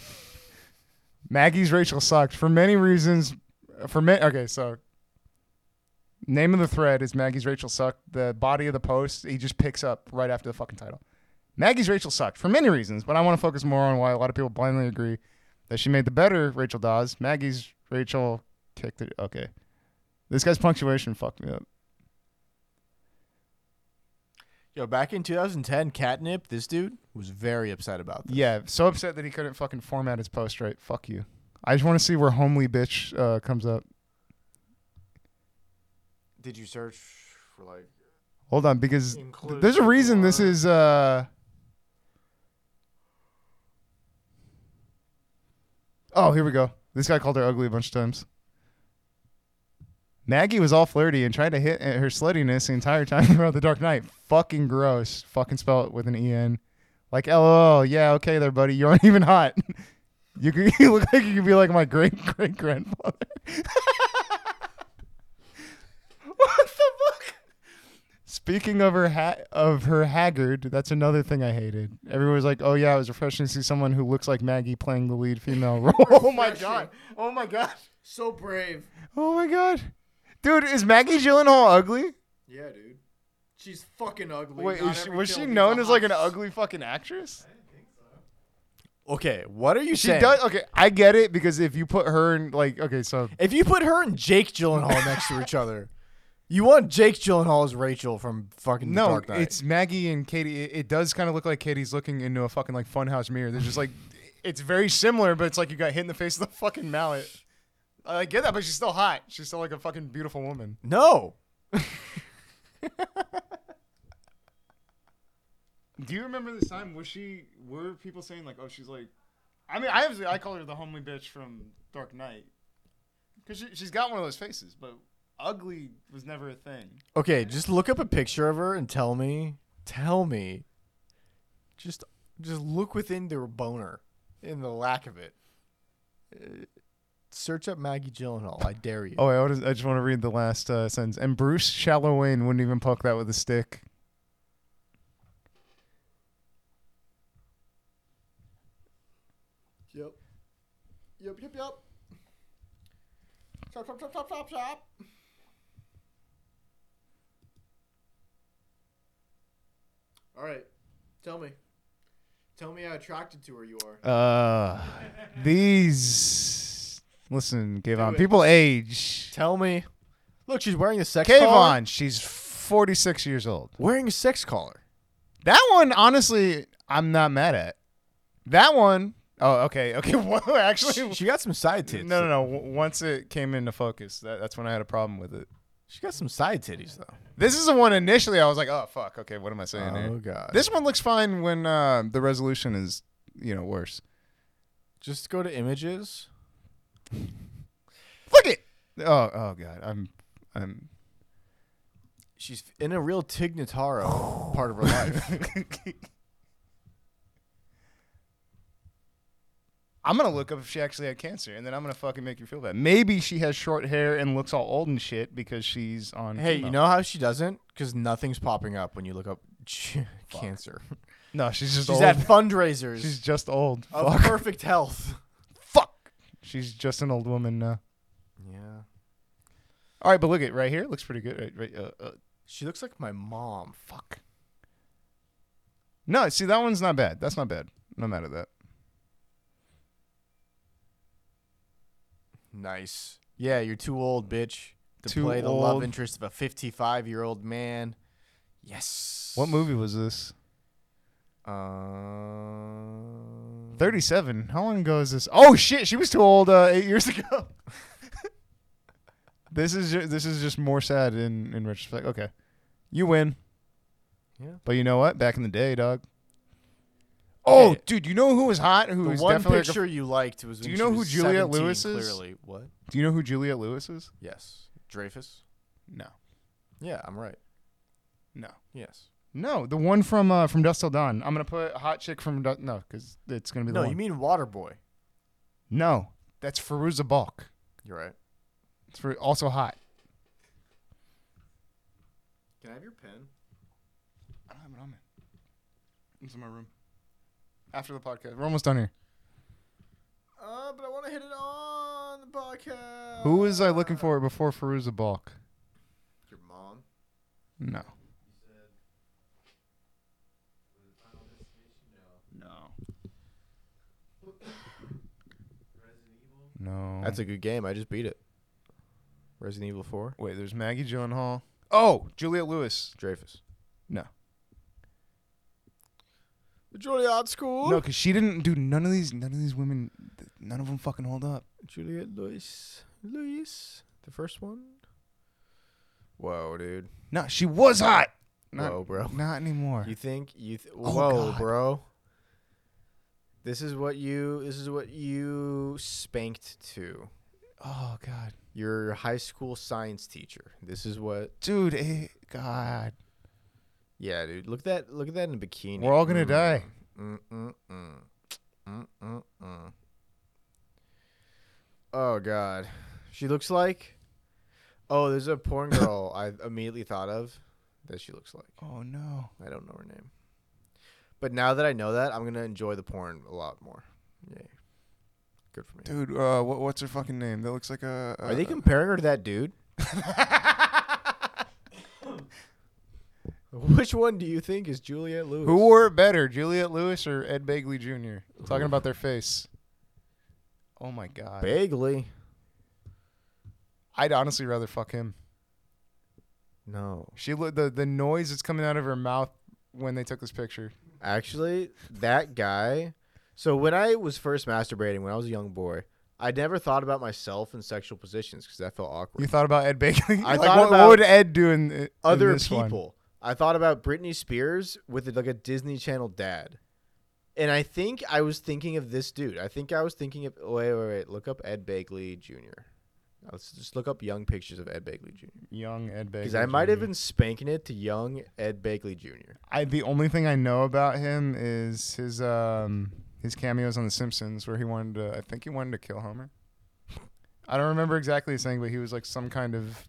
Maggie's Rachel sucked for many reasons. For me, okay, so name of the thread is Maggie's Rachel sucked. The body of the post he just picks up right after the fucking title. Maggie's Rachel sucked for many reasons, but I want to focus more on why a lot of people blindly agree that she made the better Rachel Dawes. Maggie's Rachel kicked it. Okay, this guy's punctuation fucked me up.
Yo, back in 2010, catnip. This dude was very upset about this.
Yeah, so upset that he couldn't fucking format his post right. Fuck you. I just want to see where homely bitch uh, comes up.
Did you search for like?
Hold on, because th-
Include
there's a reason this
more.
is. uh Oh, here we go. This guy called her ugly a bunch of times. Maggie was all flirty and tried to hit at her sluttiness the entire time *laughs* throughout The Dark Knight. Fucking gross. Fucking spell it with an E en. Like lol. Yeah, okay there, buddy. You aren't *laughs* even hot. You, could, *laughs* you look like you could be like my great great grandfather. *laughs* what the fuck? Speaking of her ha- of her haggard, that's another thing I hated. Everyone was like, "Oh yeah, it was refreshing to see someone who looks like Maggie playing the *laughs* Oh lead female role." oh my god!
Oh my god. So brave.
Oh my god! Dude, is Maggie Gyllenhaal ugly?
Yeah, dude. She's fucking ugly.
Wait,
Not
is she,
every
was
chick
she
needs a
known as like an
hot-
ugly fucking actress?
Okay, what are you
She
saying?
does. Okay, I get it because if you put her in, like, okay, so
If you put her and Jake Gyllenhaal next to each other, you want Jake Gyllenhaal as Rachel from fucking The
no,
Dark Knight.
it's Maggie and Katie. It, it does kind of look like Katie's looking into a fucking like funhouse mirror. There's just like, it's very similar, but it's like you got hit in the face with a fucking mallet. I get that, but she's still hot. She's still like a fucking beautiful woman.
no.
Do you remember this time? Was she? Were people saying like, oh, she's like? I mean, I obviously I call her the homely bitch from Dark Knight because she, she's got one of those faces, but ugly was never a thing.
Okay, just look up a picture of her and tell me. Tell me. Just just look within their boner in the lack of it. Uh, Search up Maggie Gyllenhaal. I dare you.
Oh, wait, I, wanna- I just want to read the last uh, sentence. And Bruce Shallow Wayne wouldn't even poke that with a stick.
Yep. Yep, yep, yep. Chop, chop, chop, chop, chop, chop. All right. Tell me. Tell me how attracted to her you are.
Uh, these. Listen, Kayvon,
it.
people age.
Tell me. Look, she's wearing a sex collar.
Kayvon, she's 46 years old.
Wearing a sex
*laughs*
collar.
That one, honestly, I'm not mad at. That one. Oh, okay. Okay. *laughs* Well,
She,
actually,
she got some side titties.
no, no, no. W- Once it came into focus, that, that's when I had a problem with it.
She got some side titties, though.
This is the one initially I was like, oh, fuck. Okay. What am I saying here?
Oh, God.
This one looks fine when uh, the resolution is, you know, worse.
Just go to images.
Look it. Oh, oh god, I'm, I'm.
She's in a real Tignataro part
*laughs*
of her life.
*laughs* I'm gonna look up if she actually had cancer, and then I'm gonna fucking make you feel bad. Maybe she has short hair and looks all old and shit because she's on.
Hey,
chemo.
you know how she doesn't? Because nothing's popping up when you look up *laughs* ch-
*laughs*
cancer.
No, she's just
She's Oh,
old.
at fundraisers
*laughs* she's just old.
of
Fuck.
perfect
*laughs*
health.
Fuck. She's just an old woman now.
Yeah.
All right, but look at right here. Looks pretty good. Right, right, uh, uh,
She looks like my mom. Fuck.
No, see that one's not bad. That's not bad. No matter that.
Nice. Yeah, you're too old, bitch, to
Too
play the love
old.
interest of a 55 year old man. Yes.
What movie was this?
Um.
37. How long ago is this? Oh shit, she was too old uh, eight years *laughs* ago. this is ju- this is just more sad in in retrospect. Okay, you win.
Yeah.
But you know what? Back in the day, dog. Oh,
Okay.
dude, you know who was hot? Who
The
was
one
definitely? like a-
picture you liked was.
Do
when
you
she
know who
was
Juliette
17,
Lewis is?
Clearly, what?
Do you know who Juliette Lewis is?
Yes, Dreyfus.
No,
Yeah, I'm right.
no,
Yes.
no. The one from uh, from Dust Till Dawn. I'm gonna put hot chick from Du- no, because it's gonna be the
No,
one.
you mean Waterboy.
no, that's Feruza Balk.
You're right.
It's for, also hot.
Can I have your pen?
I don't have it on me. It's in my room. After the podcast, we're almost done here.
Uh, but I want to hit it on the podcast.
Who was I looking for before Feruza Balk?
Your mom.
No. No. No.
That's a good game. I just beat it. Resident Evil 4.
wait. There's Maggie Gyllenhaal. Oh, Juliet Lewis.
Dreyfus.
No.
The Juilliard School.
No, because she didn't do none of these. None of these women. th- None of them fucking hold up.
Juliet Lewis. Lewis. The first one. Whoa, dude.
No, she was hot. Not,
Whoa,
*laughs*
bro.
Not anymore.
You think you? Th-
Oh,
Whoa,
God.
bro. This is what you. This is what you spanked to
oh God,
your high school science teacher. This is what.
dude. eh, God.
Yeah, dude. Look at that. Look at that in a bikini.
We're all gonna
Mm.
die.
Mm mm mm. Mm mm mm. Oh God, she looks like. Oh, there's a
*laughs*
porn girl I immediately thought of that she looks like.
Oh no.
I don't know her name. But now that I know that, I'm gonna enjoy the porn a lot more. Yeah, good for me.
Dude, uh, what, what's her fucking name? That looks like a.
Are they
a- *laughs*
comparing her to that dude? Which one do you think is Juliet Lewis?
Who wore it better, Juliet Lewis or Ed Bagley Jr.? Talking about their face. Oh my god.
Bagley?
I'd honestly rather fuck him.
No.
She lo- the the noise that's coming out of her mouth when they took this picture.
Actually, that guy. So when I was first masturbating, when I was a young boy, I never thought about myself in sexual positions because that felt awkward.
You thought about Ed Bagley?
I
*laughs* Like,
thought
what,
about
what would Ed do in, in
Other
this one?
people. I thought about Britney Spears with like a Disney Channel dad, and I think I was thinking of this dude. I think I was thinking of wait, wait, wait. Look up Ed Bagley Jr. Let's just look up young pictures of Ed Bagley Jr.
Young Ed Bagley.
Because I might have
Jr..
been spanking it to young Ed Bagley Jr.
I the only thing I know about him is his um his cameos on The Simpsons where he wanted to I think he wanted to kill Homer. I don't remember exactly his thing, but he was like some kind of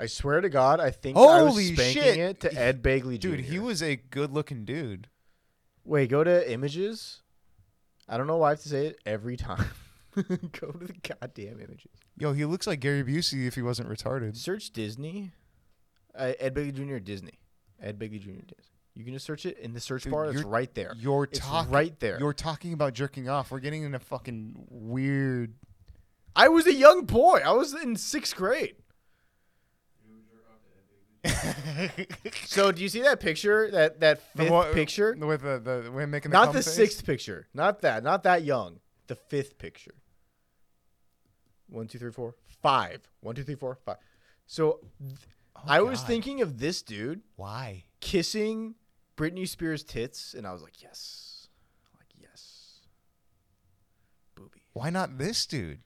I swear to God, I think I was
Holy
spanking
shit.
it to Ed Bagley Jr.
dude. He was a good looking dude.
Wait, go to images. I don't know why I have to say it every time. *laughs* go to the goddamn images.
Yo, he looks like Gary Busey if he wasn't retarded.
Search Disney. Uh, Ed Bagley Jr. Disney. Ed Bagley Jr. Disney. You can just search it in the search
Dude,
bar. It's
you're-
right there.
You're
It's
talking
right there.
You're talking about jerking off. We're getting in a fucking weird.
I was a young boy. I was in sixth grade. *laughs* So do you see that picture? That that fifth
wa-
picture?
with the the him making the
not
cum
the
face?
sixth picture. Not that. Not that young. The fifth picture. One, two, three, four, five. One, two, three, four, five. So th-
Oh,
I was
God.
thinking of this dude
why?
kissing Britney Spears' tits, and I was like, yes, like yes, booby.
Why not this dude?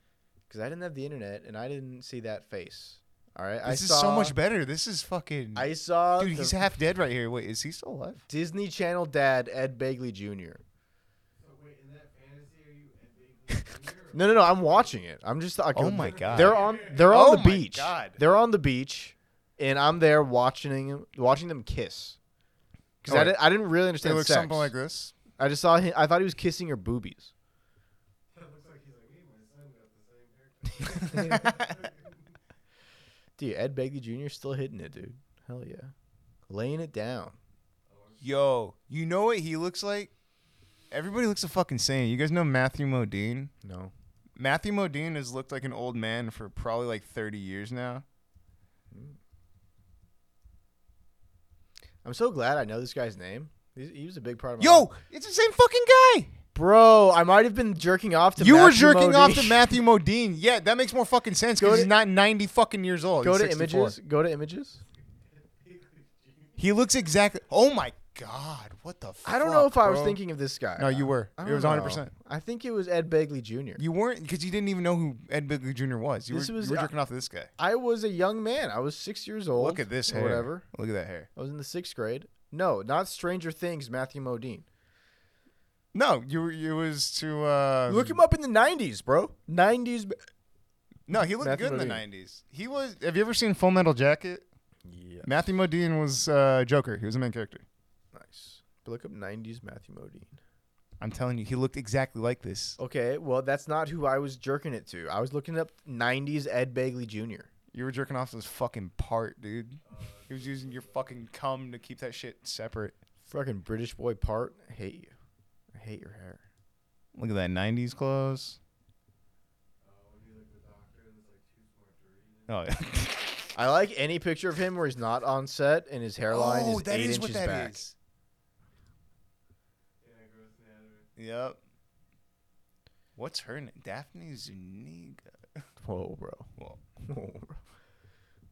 Because I didn't have the internet, and I didn't see that face. All right, I
This is
saw,
so much better. This is fucking.
I saw
Dude,
the
he's half dead right here. Wait, is he still alive?
Disney Channel dad Ed Bagley Jr.
So wait, in that fantasy, are you Ed Bagley Jr. or-
No, no, no. I'm watching it. I'm just. I
Oh
can-
my God.
They're on. They're on
Oh
the
my
beach.
God.
They're on the beach, and I'm there watching them, watching them kiss. Because I,
Alright.
didn't, I didn't really
They
understand
look
sex.
something like this.
I just saw him. I thought he was kissing her boobies.
It looks like he's like, hey, my son got the same haircut.
Dude, Ed Begley Jr. still hitting it, dude. Hell yeah, laying it down.
*laughs* Yo, you know what he looks like? Everybody looks a fucking same. You guys know Matthew Modine?
No,
Matthew Modine has looked like an old man for probably like 30 years now.
I'm so glad I know this guy's name. He, he was a big part of my life.
Yo, it's the same fucking guy.
bro. I might have been jerking off to
you were
Matthew
jerking off to
Modine.
Matthew Modine. Yeah, that makes more fucking sense
Go
because he's
to-
not 90 fucking years
*laughs*
old.
Go
He's
to
64.
images. Go to images.
He looks exactly. Oh my god, what the? fuck,
I don't know if I was
bro?
thinking of this guy.
No, you were.
I
It
don't
was
know.
100%.
I think it was Ed Begley Jr.
You weren't because you didn't even know who Ed Bigley Jr. was. You,
This
were,
was-
you were jerking off to this guy.
I was a young man. I was six years old.
Look at this
or
hair.
Whatever.
Look at that hair.
I was in the sixth grade. No, not Stranger Things. Matthew Modine.
No, you were. You was to. Uh,
Look him up in the '90s, bro. '90s. ba-
No, he looked
Matthew
good in the
Modine.
'90s. He was. Have you ever seen Full Metal Jacket?
Yeah.
Matthew Modine was uh, Joker. He was the main character.
Nice. But look up '90s Matthew Modine.
I'm telling you, he looked exactly like this.
Okay, well that's not who I was jerking it to. I was looking up '90s Ed Begley Jr.
You were jerking off to this fucking part, dude. He was using your fucking cum to keep that shit separate.
Fucking British boy part. I hate you. I hate your hair.
Look at that '90s clothes. Oh, yeah.
I like any picture of him where he's not on set and his *laughs* hairline
oh,
is
that
eight
is
inches
what that is.
back.
Yeah, gross anatomy.
Yep. What's her name? Daphne Zuniga.
Whoa, bro. *laughs*
Well,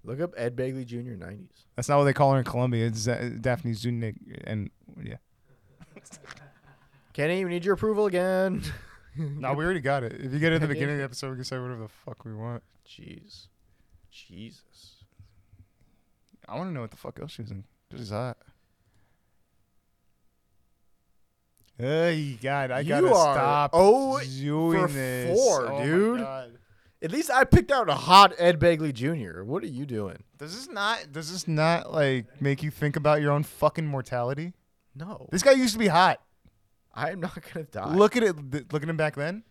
Look up Ed Begley Jr. 90s.
that's not what they call her in Colombia. It's uh, Daphne Zuniga, and yeah.
Kenny, we need your approval
*laughs*
again. *laughs*
No, we already got it. If you get it at the beginning of the episode, we can say whatever the fuck we want.
Jeez. Jesus.
I want to know what the fuck else she's in. She's hot. Hey, God, I
You
gotta
are
stop
oh
doing
for
this,
four,
Oh my
dude.
God.
At least I picked out a hot Ed Begley Jr. What are you doing?
Does this not? Does this not like make you think about your own fucking mortality?
No.
This guy used to be hot.
I am not going to die.
Look at it. th- Look at him back then.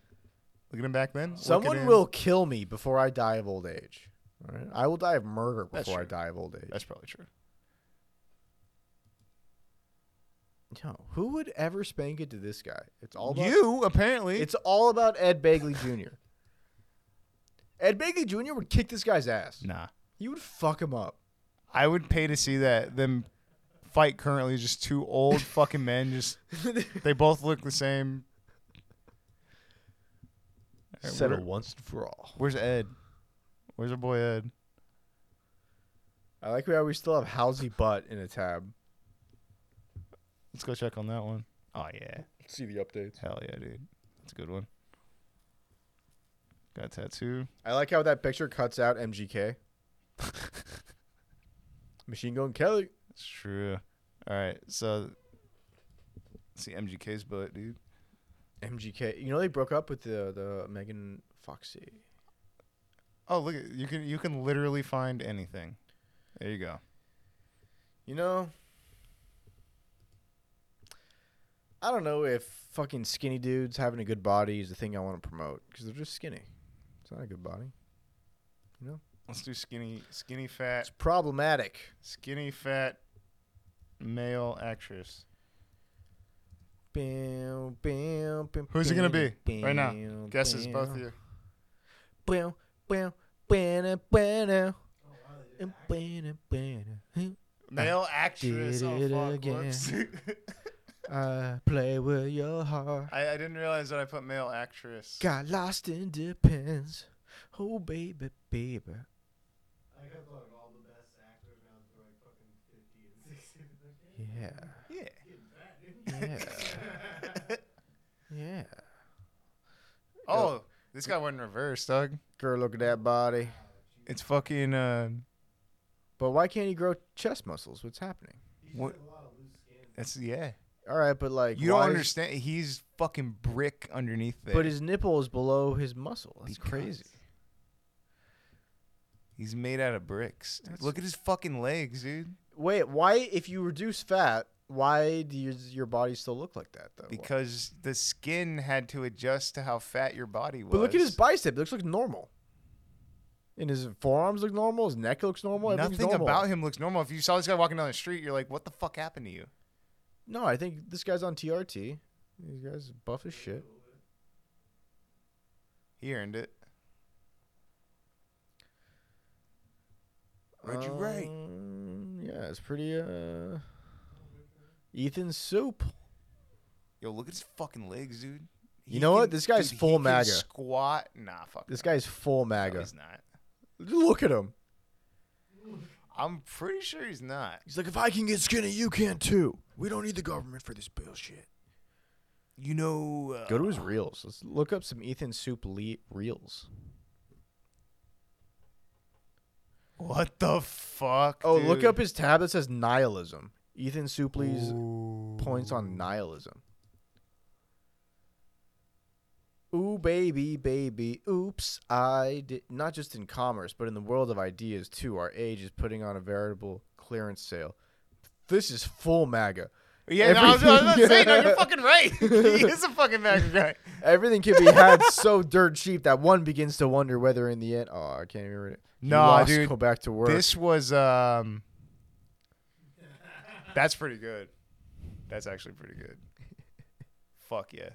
Look at him back then. Look at
Someone
him.
will kill me before I die of old age. All right. I will die of murder
That's
before I
true.
die of old age.
That's probably true.
Yo, who would ever spank it to this guy? It's all about
you apparently.
It's all about Ed Bagley
*laughs*
Jr. Ed Bagley Jr. would kick this guy's ass.
nah.
He would fuck him up.
I would pay to see that them fight currently just two old fucking men just they both look the same. Alright, where-
once and for all.
where's Ed? Where's our boy Ed?
I like how we still have Halsey Butt in a tab.
Let's go check on that one. Oh yeah.
See the updates.
Hell yeah, dude. That's a good one. Got a tattoo.
I like how that picture cuts out
*laughs*
MGK. Machine Gun Kelly.
That's true. All right, so see MGK's butt, dude.
MGK. You know they broke up with the the Megan Foxy.
Oh look, at you can you can literally find anything. There you go.
You know, I don't know if fucking skinny dudes having a good body is the thing I want to promote because they're just skinny. It's not a good body.
Let's do skinny skinny fat
It's problematic.
skinny fat male actress.
Bam, bam, bam,
Who's it gonna
bam,
be right now?
bam,
Guesses
bam.
both of you.
Bam, bam, bam, bam,
Oh, wow, they did
bam, bam, bam.
Male actress.
Did it
Oh fuck!
again. *laughs*
Whoops.
I play with your heart.
I, I didn't realize that I put male actress.
Got lost in depends. Oh baby, baby.
I kept on all the best actors now they're like fucking 50 and 60. Like, hey,
Yeah.
Yeah. *laughs*
getting fat, dude.
Yeah. Yeah.
Oh, this guy went in reverse, Doug.
Girl, look at that body.
It's fucking. Uh,
But why can't he grow chest muscles? What's happening?
He just
What-
has a lot of loose skin.
it's yeah.
All right, but like
You don't
why is-
understand. He's fucking brick underneath there.
But his nipple is below his muscle. That's
Because-
crazy.
He's made out of bricks. dude.
That's- Oh,
Look at his fucking legs, dude.
Wait, why? If you reduce fat, why do your your body still look like that though?
Because the skin had to adjust to how fat your body was.
but look at his bicep. It looks like normal. And his forearms look normal. His neck looks normal. everything's
Nothing
normal.
about him looks normal. If you saw this guy walking down the street, you're like, what the fuck happened to you?
No, I think this guy's on TRT. These guys buff as shit.
He earned it. Read you right.
Um, Yeah, it's pretty. uh Ethan Soup.
Yo, look at his fucking legs, dude.
You know what? This guy's full
he can
MAGA.
Squat? Nah, fuck.
This
no.
guy's full
No,
MAGA.
he's not.
Look at him.
I'm pretty sure he's not.
He's like, if I can get skinny, you can too. We don't need the government for this bullshit.
You know. Uh,
Go to his reels. Let's look up some Ethan Soup le- reels.
What the fuck?
Oh, look
dude?
up his tab that says nihilism. Ethan Soupley's points on nihilism. Ooh, baby, baby. Oops, I did. Not just in commerce, but in the world of ideas, too. Our age is putting on a veritable clearance sale. This is full MAGA.
Yeah, no, I was, I was about to say, no,
everything-
you're fucking right. *laughs* he is a fucking MAGA guy.
Everything can be
*laughs*
had so dirt cheap that one begins to wonder whether, in the end, oh, I can't even read it. He
Nah,
lost,
dude.
Go back to work.
This was um. That's pretty good. That's actually pretty *laughs* good. Fuck yeah.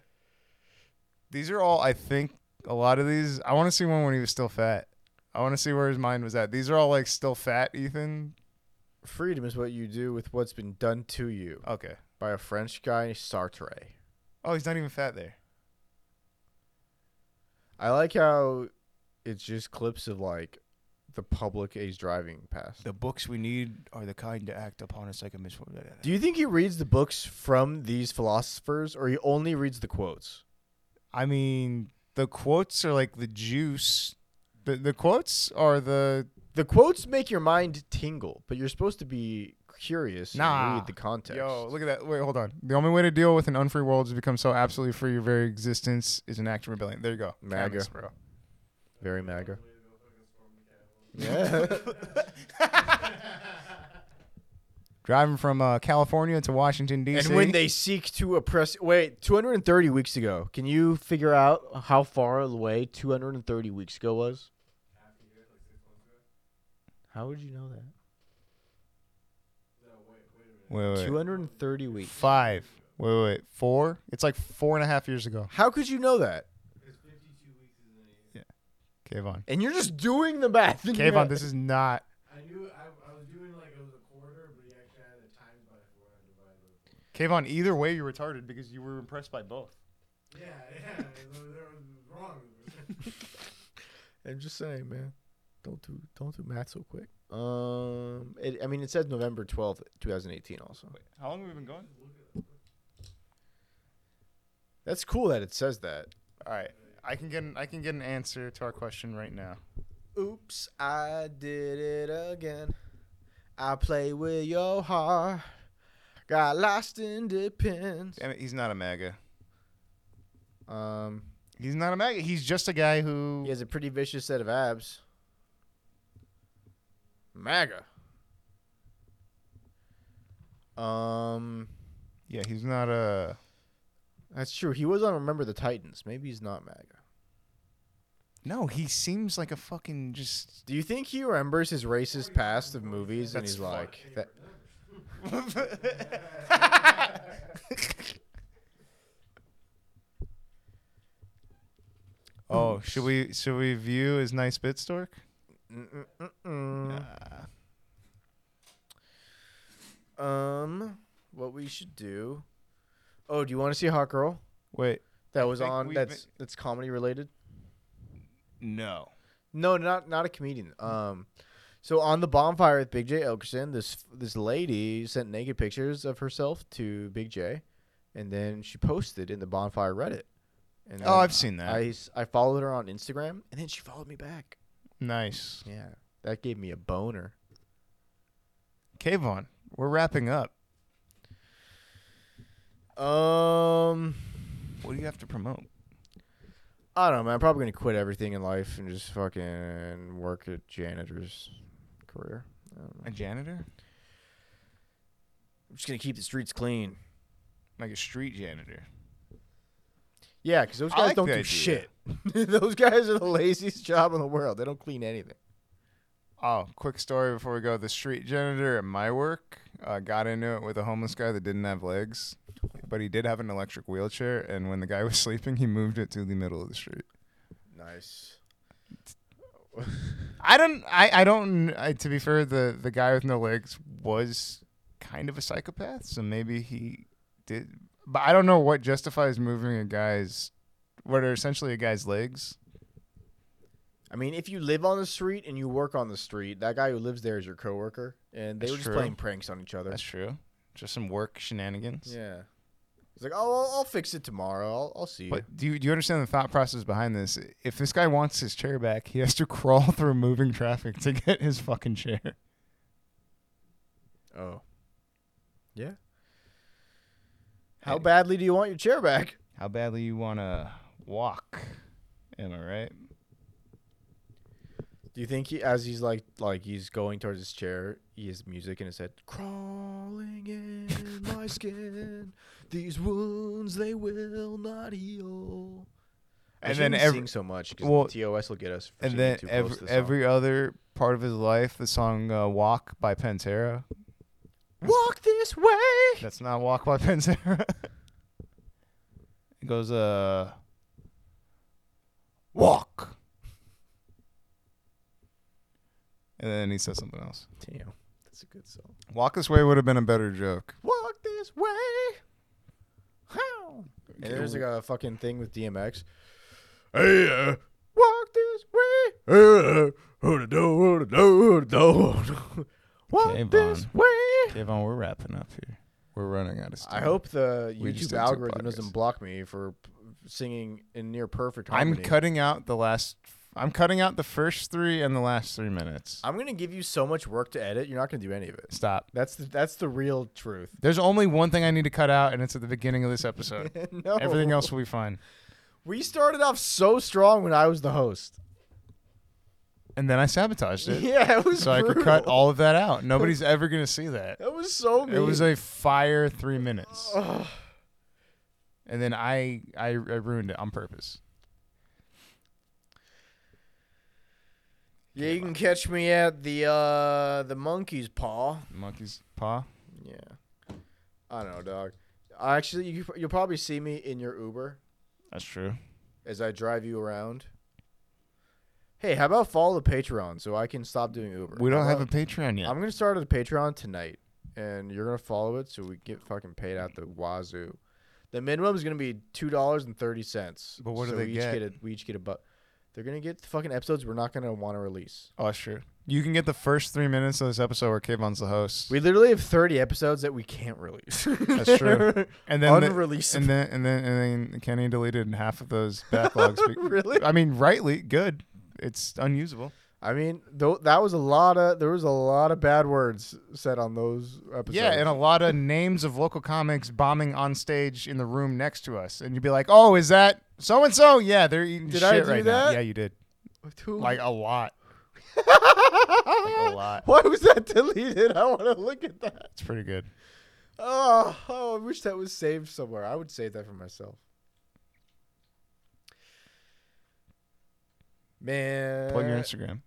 These are all I think a lot of these. I want to see one when he was still fat. I want to see where his mind was at. These are all like still fat Ethan.
Freedom is what you do with what's been done to you
Okay.
by a French guy, Sartre.
Oh, he's not even fat there.
I like how it's just clips of like the public age driving past.
The books we need are the kind to act upon us like a misfortune.
Do you think he reads the books from these philosophers, or he only reads the quotes?
I mean, the quotes are like the juice. The the quotes are the
The quotes make your mind tingle, but you're supposed to be curious
Nah.
and read the context.
Yo, look at that. Wait, hold on. The only way to deal with an unfree world is to become so absolutely free your very existence is an act of rebellion. There you go.
MAGA.
Premise, bro.
Very
*laughs*
MAGA.
Way to go fucking storm the Capitol.
Yeah.
Driving from uh, California to Washington
*laughs*
D.C.
and when they seek to oppress, wait, 230 weeks ago. Can you figure out how far away 230 weeks ago was?
Half a year, like six months ago.
How would you know that?
Wait, wait.
230 weeks.
Five. Wait, wait, wait. Four? It's like four and a half years ago.
How could you know that?
Kayvon.
And you're just doing the math. and you know-
Kayvon, this is not.
I knew I, I was doing like it was a quarter, but he actually had it times by four and divided by four.
Kayvon, either way, you're retarded because you were impressed by both.
Yeah, yeah, there there was wrong. *laughs*
I'm just saying, man. Don't do don't do math so quick. Um, it, I mean, it says November 12th, 2018. Also,
How long have we been going?
that's cool that it says that.
All right. I can get an, I can get an answer to our question right now.
Oops, I did it again. I play with your heart. Got lost in the pins.
Damn it, he's not a MAGA.
Um,
He's not a MAGA. He's just a guy who.
he has a pretty vicious set of abs. MAGA. Um,
Yeah, he's not a.
that's true. He was on Remember the Titans. Maybe he's not MAGA.
No, he seems like a fucking just.
Do you think he remembers his racist past of movies and
That's
he's like, that,
*laughs* oh, should we should we view his nice bit stork?
mm, mm, mm, mm. um, what we should do? Oh, do you want to see Hot Girl?
Wait,
That was
think
on.
we've
That's that's comedy related.
no.
No, not not a comedian. Um, so on the bonfire with Big J Elkerson, this this lady sent naked pictures of herself to Big J, and then she posted in the bonfire Reddit. And
Oh,
then
I've seen that.
I s- I followed her on Instagram, and then she followed me back.
nice.
Yeah, that gave me a boner.
Kayvon, we're wrapping up.
Um,
What do you have to promote?
I don't know, man. I'm probably gonna quit everything in life and just fucking work a janitor's career. I don't know.
A janitor?
I'm just gonna keep the streets clean.
Like a street janitor.
Yeah, because those
I
guys
like
don't do
the idea.
shit. *laughs* those guys are the laziest job in the world. They don't clean anything.
Oh, quick story before we go. The street janitor at my work uh, got into it with a homeless guy that didn't have legs, but he did have an electric wheelchair. And when the guy *laughs* was sleeping, he moved it to the middle of the street.
Nice.
I don't. I, I don't. I, to be fair, the the guy with no legs was kind of a psychopath, so maybe he did. But I don't know what justifies moving a guy's, what are essentially a guy's legs.
I mean, if you live on the street and you work on the street, that guy who lives there is your coworker, and they
That's
were just
true.
playing pranks on each other.
true. Just some work shenanigans.
yeah. He's like, oh, I'll, I'll fix it tomorrow. I'll, I'll see you.
But do you, do you understand the thought process behind this? If this guy wants his chair back, he has to *laughs* crawl through moving traffic to get his fucking chair.
Oh. Yeah. How badly do you want your chair back?
How badly you want to walk? Am I right?
Do you think he, as he's like, like he's going towards his chair, he has music in his head, crawling in
*laughs*
my skin, these wounds they will not heal. I
And
shouldn't
then
be
every-
singing so much because
well,
TOS will get us. for
and
singing
then
too close to
every,
the song.
every other part of his life, the song uh, "Walk" by Pantera.
walk this way.
That's not "Walk" by *laughs* Pantera. it goes, uh, "Walk," and then he says something else.
Damn, that's a good song.
"Walk This Way" would have been a better joke.
Walk this way. How? And there's like a fucking thing with DMX. Hey, uh, walk this way. Hey, uh, who-da-do, who-da-do, who-da-do. *laughs* walk
Okay,
this
Vaughn.
way.
Kevon, we're wrapping up here. We're running out of
I hope the
We just
YouTube
did two
algorithm
podcasts.
doesn't block me for p- singing in near perfect
I'm
harmony.
cutting out the last. I'm cutting out the first three and the last three minutes.
I'm gonna give you so much work to edit. You're not gonna do any of it.
Stop.
That's the that's the real truth. *laughs*
There's only one thing I need to cut out, and it's at the beginning of this *laughs* episode.
no,
Everything else will be fine.
*laughs* We started off so strong when I was the host.
And then I sabotaged
*laughs*
it.
Yeah, it was
So I could cut all of that out. Nobody's ever going to see that.
That was so. Mean.
It was a fire three minutes.
Ugh.
And then I, I, I ruined it on purpose.
Yeah, you can catch me at the uh the monkey's paw.
Monkey's paw.
Yeah. I don't know, dog. I actually you, you'll probably see me in your Uber
That's true.
as I drive you around. Hey, how about follow the Patreon so I can stop doing Uber?
We don't
How
have a
about-
Patreon yet.
I'm gonna start a Patreon tonight, and you're gonna follow it so we get fucking paid out the wazoo. The minimum is gonna be two dollars and thirty cents.
But what do
so
they
we
get?
Each get a, we each get a buck. They're gonna get the fucking episodes we're not gonna want to release.
oh, that's true. You can get the first three minutes of this episode where Kayvon's the host,
We literally have thirty episodes that we can't release.
*laughs* That's true. and then the-
Unreleasable.
and then and then and then Kenny deleted half of those
*laughs*
backlogs. be-
Really?
I mean, rightly good. It's unusable.
*laughs* I mean, though that was a lot of there was a lot of bad words said on those episodes.
Yeah, and a lot of names of local comics bombing on stage in the room next to us, and you'd be like, "Oh, is that so and so? Yeah, they're eating
Did
shit
I do
right now.
that?
Yeah, you did.
Who-
Like a lot.
*laughs*
like a lot.
why was that deleted? I want to look at that.
It's pretty good.
Oh, oh, I wish that was saved somewhere. I would save that for myself. Man,
Plug your Instagram.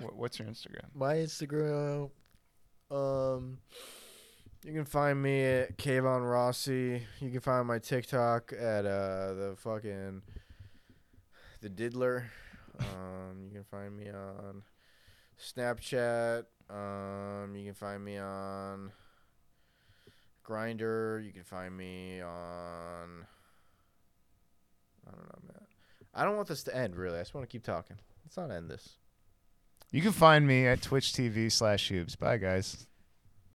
What, what's your Instagram?
my Instagram. Um, you can find me at Kayvon Rossi. You can find my TikTok at uh the fucking the Diddler. Um, you can find me on Snapchat. Um, you can find me on Grinder. You can find me on. I don't know, man. I don't want this to end. Really, I just want to keep talking. Let's not end this.
You can find me at Twitch TV slash Hubes. Bye, guys.